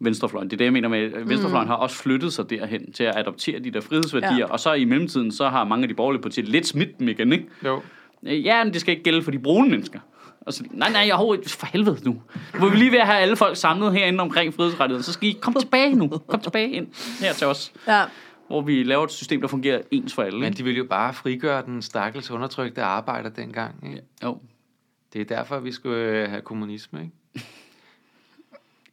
venstrefløjen. Det er det, jeg mener med, at venstrefløjen mm. har også flyttet sig derhen til at adoptere de der frihedsværdier, ja.
Ja.
og så i mellemtiden, så har mange af de borgerlige partier lidt smidt dem igen, ikke?
Jo.
Øh, Ja, men det skal ikke gælde for de brune mennesker. Og så, nej, nej, jeg overhovedet, for helvede nu. Nu Hvor vi lige ved at have alle folk samlet herinde omkring frihedsrettigheden, så skal I komme tilbage nu. Kom tilbage ind her til os,
Ja.
hvor vi laver et system, der fungerer ens for alle.
Men
Ikke?
de ville jo bare frigøre den stakkels undertrykte arbejder dengang. Ikke?
Jo.
Det er derfor, vi skulle øh, have kommunisme, ikke?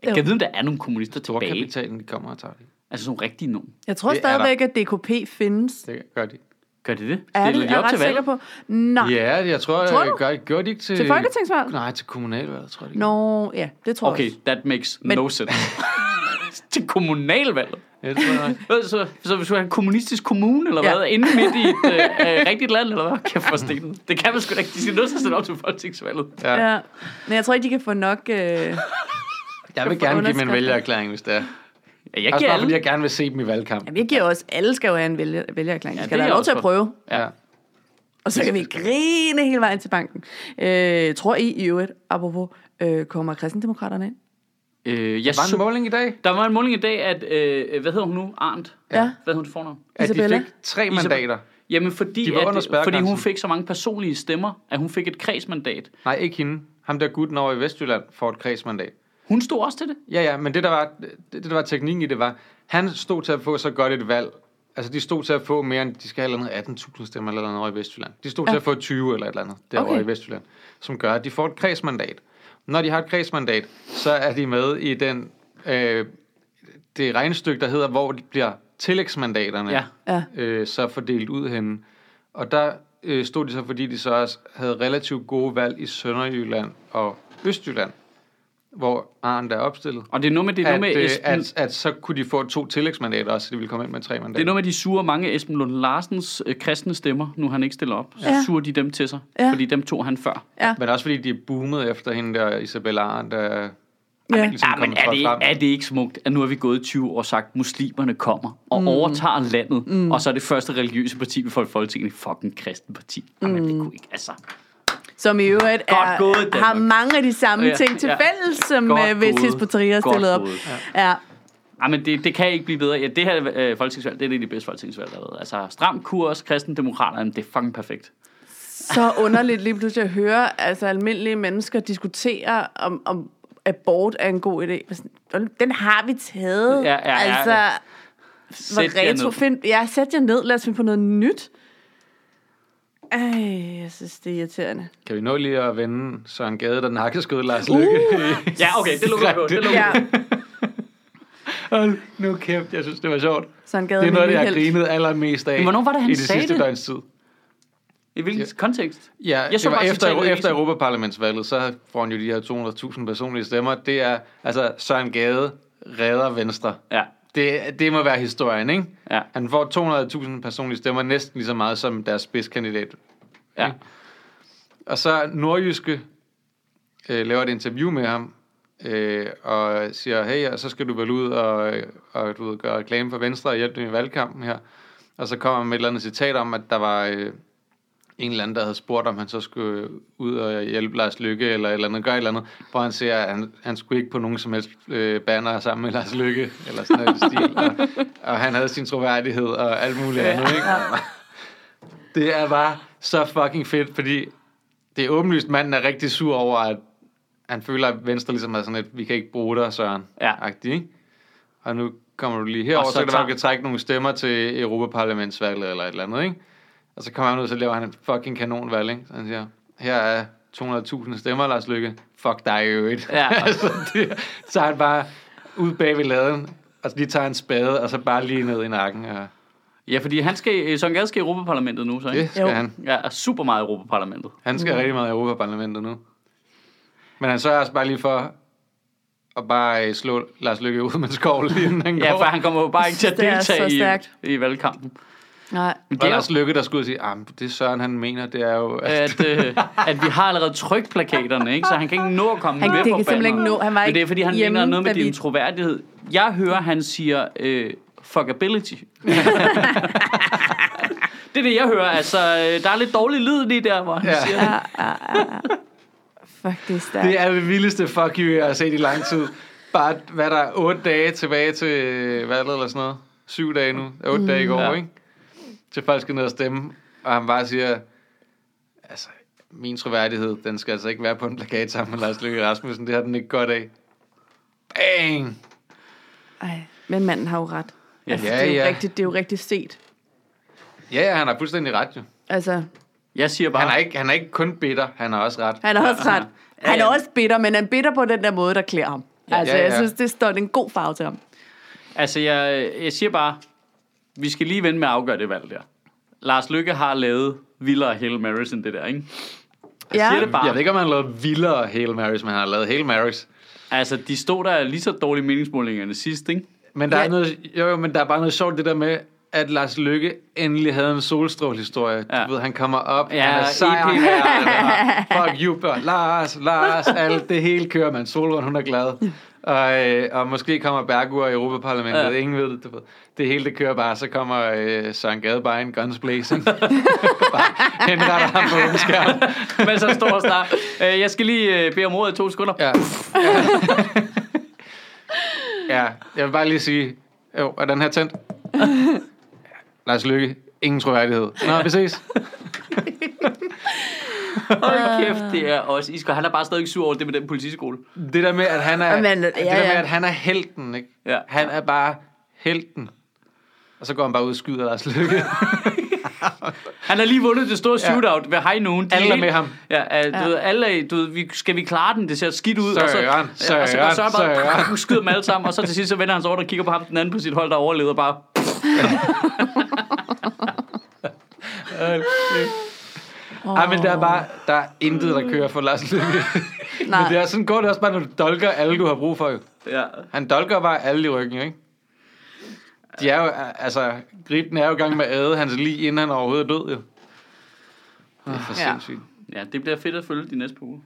Jeg kan vide, om der er nogle kommunister tilbage.
Storkapitalen, de kommer og tager det.
Altså sådan rigtige nogen.
Jeg tror
Det er der.
stadigvæk, at DKP findes.
Det gør de.
Gør de det?
Er
Stiller
det,
de
jeg er
op til
ret
valg?
sikker på. Nej.
Ja, jeg tror,
Ah. Tror du?
jeg gør, gjorde de ikke til...
Til folketingsvalg?
Nej, til kommunalvalget, tror jeg. de
Nå, ja, det tror
Okay,
jeg også.
that makes
Men-
no sense. til kommunalvalget.
gjorde. Jeg tror, jeg.
Hvad, Så, så hvis du har en kommunistisk kommune, eller
Ja.
ja. hvad, inde midt i et øh, øh, rigtigt land, eller hvad, kan jeg stenet. Det kan man sgu da ikke. De skal nødt til at sætte op til folketingsvalget.
Ja.
Ja. Men jeg tror ikke, de kan få nok... Øh...
jeg vil
få
gerne give min
underskrifter.
vælgererklæring, hvis det er.
Ja, jeg
Også
giver
bare,
alle.
fordi jeg gerne vil se dem i valgkampen.
Jamen, jeg giver også... Alle skal jo have en vælger, vælgererklæring. Ja,
Ja,
skal
det
der
er
have lov
også
til at
for-
prøve?
Ja.
Og så kan vi grine hele vejen til banken. Øh, tror I i øvrigt, apropos, øh, kommer kristendemokraterne ind?
Øh, jeg
Var en
så,
måling i dag,
der var en måling i dag, at, øh, hvad hedder hun nu? Arndt.
Ja.
Hvad hedder hun til fornavn?
at
Isabella?
de fik tre
Isabella.
mandater.
Jamen, fordi,
De var under
at, øh, fordi hun
spærregrænsen.
fik så mange personlige stemmer, at hun fik et kredsmandat.
Nej, ikke hende. Ham der gutten over i Vestjylland får et kredsmandat.
Hun stod også til det.
Ja, ja, men det der, var, det, der var teknikken i det var, han stod til at få så godt et valg. Altså, de stod til at få mere end, de skal have et eller andet 18.000 stemmer eller noget over i Vestjylland. De stod ja. til at få 20 eller et eller andet derovre
Okay.
okay. i Vestjylland, som gør, at de får et kredsmandat. Når de har et kredsmandat, så er de med i den, øh, det regnestykke, der hedder, hvor de bliver tillægsmandaterne
Ja.
Ja.
øh, så fordelt ud henne. Og der øh, stod de så, fordi de så også havde relativt gode valg i Sønderjylland og Østjylland, hvor Arndt er opstillet.
Og det er noget med, det er
At,
noget med
øh,
Esben,
at, at så kunne de få to tillægsmandater også, så de ville komme ind med tre
det er
mandater.
noget med, de suger mange Esben Lund Larsens øh, kristne stemmer, nu han ikke stiller op. Så
Ja.
suger de dem til sig,
Ja.
ja. fordi dem tog han før.
Men også fordi de er boomet efter hende der, Isabella Arndt, der
Ja.
ligesom
Ja, men
kommet
er
trådt
det,
frem.
er det ikke smukt, at nu er vi gået 20 år og sagt, at muslimerne kommer og mm. overtager landet, mm. og så er det første religiøse parti, vi får i Folketinget, et fucking kristen parti. Jamen,
Mm.
det kunne ikke, altså.
Som i øvrigt er,
Godt gået, Danmark.
har mange af de samme ja,
Ja,
ting til
ja.
fælles, som
Godt
øh, hvis
gået.
Hizb ut-Tahrir
Godt
stillede op.
gået.
Ja.
Jamen, det, det kan ikke blive bedre. Ja, det her øh, folketingsvalg, det er det, af de bedste folketingsvalg, der har været. Altså, stram kurs, kristendemokraterne, det er fucking perfekt.
Så underligt lige pludselig at høre altså, almindelige mennesker diskutere om, om abort er en god idé. Sådan, Den har vi taget.
Ja, ja, ja.
altså,
Sæt jer ned.
retro find, ja, sæt jer ned. Lad os finde på noget nyt. Ej, jeg synes, det er irriterende.
Kan vi nå lige at vende Søren Gade, der nakkeskød Lars Lykke? Uh.
Ja, okay, det lukker jeg på. Det lukker
Ja,
jeg på.
Hold nu kæft, jeg synes, det var sjovt.
Søren Gade
Det er
min
noget, jeg har
helt.
grinet allermest af
Men hvornår var det, han
i det
sagde
sidste
det?
døgns tid.
I hvilken
Ja.
kontekst?
Ja, jeg det
så
var
bare
efter,
citatet, ikke?
efter Europaparlamentsvalget, så får han jo de her 200.000 personlige stemmer. Det er, altså, Søren Gade redder Venstre.
Ja,
Det, det må være historien, ikke?
ja,
Han får 200.000 personlige stemmer, næsten lige så meget som deres spidskandidat.
ja.
Og så Nordjyske øh, laver et interview med ham, øh, og siger, hey, og så skal du vel ud og, og du ved, gøre reklame for Venstre og hjælpe dem i valgkampen her. Og så kommer han med et eller andet citat om, at der var øh, en eller anden, der havde spurgt, om han så skulle ud og hjælpe Lars Lykke eller et eller andet, gøre et eller andet, hvor han siger, at han, han skulle ikke på nogen som helst øh, banner sammen med Lars Lykke, eller sådan noget i den stil. Og, og han havde sin troværdighed og alt muligt andet, ikke? Det er bare så fucking fedt, fordi det er åbenlyst, manden er rigtig sur over, at han føler, at Venstre ligesom er sådan et, vi kan ikke bruge dig, Søren.
Ja.
Agtig, ikke? Og nu kommer du lige herover,
Og
så,
så
så kan det være,
tager-
du kan trække nogle stemmer til Europaparlamentsvalget eller et eller andet, ikke? Og så kommer han ud, så laver han en fucking kanonvalg, ikke? Så han siger, her er 200.000 stemmer, Lars Lykke. Fuck dig i øvrigt.
Ja.
altså, det, så er han bare ud bag ved laden, og så lige tager en spade, og så bare lige ned i nakken. Og
Ja, fordi han skal, øh, Søren Gade skal i Europaparlamentet nu, så ikke?
det skal
Jo.
han.
Ja, og super meget i Europaparlamentet.
Han skal mm. rigtig meget i Europaparlamentet nu. Men han sørger også bare lige for at bare øh, slå Lars Lykke ud med en skovl, lige inden han
Ja,
går.
for han kommer jo bare ikke til at
Det er så
deltage
stærkt.
i, i valgkampen.
Nej.
Men
Og
det er jo
Lars Lykke, der skulle ud og sige, at det Søren, han mener, det er jo... At...
at, øh, at vi har allerede trykt plakaterne, ikke? så han kan ikke nå at komme
Han-
med
det
på
kan simpelthen
banneren.
ikke nå. Han var
Men det
ikke
er, fordi han
hjemme,
mener noget med
da vi-
din troværdighed. Jeg hører, han siger, øh, fuckability. det er det, jeg hører. Altså, øh, der er lidt dårlig lyd lige der, hvor han
Ja.
ja. siger det.
Fuck, det er stærkt.
Det er det vildeste fuck you, jeg har set i lang tid. Bare, hvad der er, otte dage tilbage til øh, valget eller sådan noget. Syv dage nu. Otte mm, dage i går,
Ja.
ja. ikke? Til folk skal ned og stemme. Og han bare siger, altså, min troværdighed, den skal altså ikke være på en plakat sammen med Lars Løkke Rasmussen. Det har den ikke godt af. Bang!
Ej, men manden har jo ret.
Ja.
Altså,
Ja,
det, er jo
ja.
rigtigt, det er jo rigtigt set.
Ja, ja, han har fuldstændig ret jo.
Altså,
Jeg siger bare,
Han er ikke, han er ikke kun bitter, han har også ret.
han er også ret.
Ja,
Han er
ja.
også bitter, men han er bitter på den der måde, der klæder ham. Altså,
Ja,
ja, ja.
ja.
jeg synes, det står en god farve til ham.
Altså, jeg, jeg siger bare, vi skal lige vende med at afgøre det valg der. Lars Lykke har lavet vildere Hail Marys end det der, ikke?
Ja.
siger det bare.
Jeg ved ikke, om han har lavet vildere Hail Marys, men han har lavet Hail Marys.
Altså, de stod der lige så dårlige meningsmålingerne sidst, ikke?
Men der, ja. er
Ja.
noget, jo, jo, men der er bare noget sjovt det der med, at Lars Lykke endelig havde en solstrålehistorie. Ja.
Ja.
Du ved, han kommer op,
Ja,
ja, han er sejr,
EP.
her, fuck you, børn. Lars, Lars, alt det hele kører, man. Solrød, hun er glad. Og, øh, og måske kommer Bergur i Europaparlamentet, ja.
Ja.
ingen ved det, du ved. Det hele, det kører bare, så kommer øh, Søren Gade bare en guns blazing. bare henretter ham på åben skærm.
Men så står og snart. Øh, jeg skal lige øh, bede om ordet i to sekunder.
Ja. ja, jeg vil bare lige sige, jo, er den her tændt? Lars Lykke, ingen troværdighed. Nå, vi ses.
Hold kæft, det er også iskold. Han er bare stadig sur over det med den politiskole.
Det der med, at han er,
Jamen, ja,
det der med,
ja.
at han er helten, ikke?
Ja.
Han er bare helten. Og så går han bare ud og skyder Lars Lykke.
Han har lige vundet det store
Ja.
shootout ved High Noon. De
Alle er
helt-
med ham.
Ja, øh, du
Ja.
ved, alle er, du ved, vi, skal vi klare den? Det ser skidt ud. og så,
Søren,
ja, og så
Søren,
går Søren bare,
Søren.
skyder dem alle sammen, og så til sidst så vender han sig over og kigger på ham, den anden på sit hold, der overleder bare.
Ej, men der er bare, der er intet, der kører for Lars Lykke.
Nej.
Men det er sådan går det også bare, når du dolker alle, du har brug for. Jo.
Ja.
Han dolker bare alle i ryggen, ikke? De er jo, altså, griben er jo i gang med at æde hans lige, inden han overhovedet er død, jo. Det er for
Ja.
sindssygt.
ja, det bliver fedt at følge de næste par uger.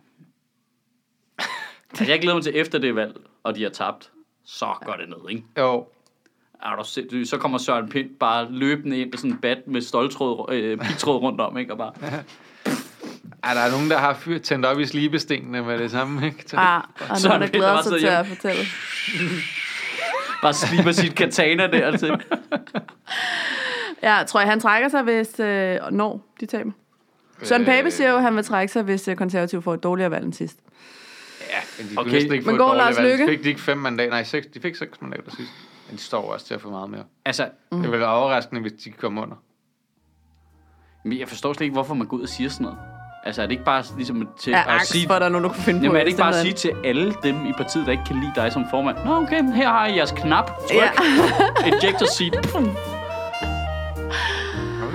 Altså, jeg glæder mig til efter det valg, og de har tabt. Så går det ned, ikke?
Jo,
Er du sindssyg? Så kommer Søren Pind bare løbende ind med sådan en bat med stoltråd, øh, pigtråd rundt om, ikke? Og bare,
Ej, der er nogen, der har fyr, tændt op i slibestenene med det samme, ikke? Så,
Ah, og
Så er
nogen, der
det
glæder
bare
sig
siddet
til at
hjemme.
fortælle.
bare sliber sit katana der altså, til.
Ja, tror jeg, han trækker sig, hvis... Øh, når de taber.
Øh.
Søren Pape siger jo, at han vil trække sig, hvis øh, konservative får et dårligere valg end sidst.
Ja, men de okay.
Okay.
næsten ikke få
Men
et
går
dårligt
Lars
valg.
Løkke?
Fik de ikke fem mandater? Nej, seks. De fik seks mandater sidst. Men de står også til at få meget mere.
Altså,
Mm. Det ville være overraskende, hvis de kom under.
Men jeg forstår slet ikke, hvorfor man går ud og siger sådan noget. Altså, er det ikke bare ligesom til
Jeg er
at
angst
sige...
for, at der er nogen, der kunne finde på
Jamen, er det ikke bare at
sådan
sige
noget.
til alle dem i partiet, der ikke kan lide dig som formand? Nå, okay, her har I jeres knap. Tryk.
Ja.
Ja. Ejector seat.
Kan det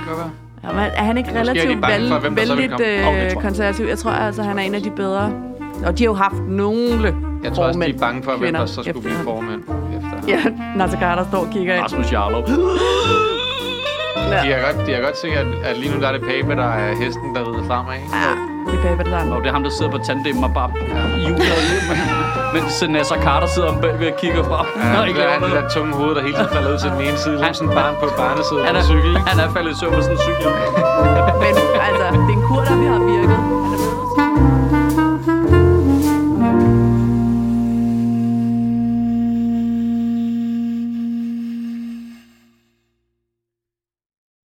godt være?
Jamen, er han ikke
er de
relativt
bange for,
vel,
hvem der så vil
vældigt
Åh,
komme.
det
øh,
tror jeg.
konservativ? Jeg tror altså, han er en af de bedre. Og de har jo haft nogle
Jeg tror også, de er
formænd,
bange for, hvem
kvinder
der så skulle blive
efter-
formand efter.
Ja, Nasser Carter står og kigger ind.
Rasmus Jarlov.
Ja,
De har godt, de har godt set, at, at lige nu der er det Pape, der er hesten, der rider fremad. Ikke?
Ja, Ah, det er Pape, der tager
Og det er ham, der sidder på tandem og bare juler lidt. Mens Nasser Carter sidder om bagved og kigger fra. Ja,
Han
ikke
er
laver
det
noget.
der tunge hoved, der hele tiden falder ud til den ene side. Han er
Han-
sådan et barn på et barnesæde
Han
på
er,
en cykel. ikke?
han er faldet i søvn på sådan en cykel.
also, den. Men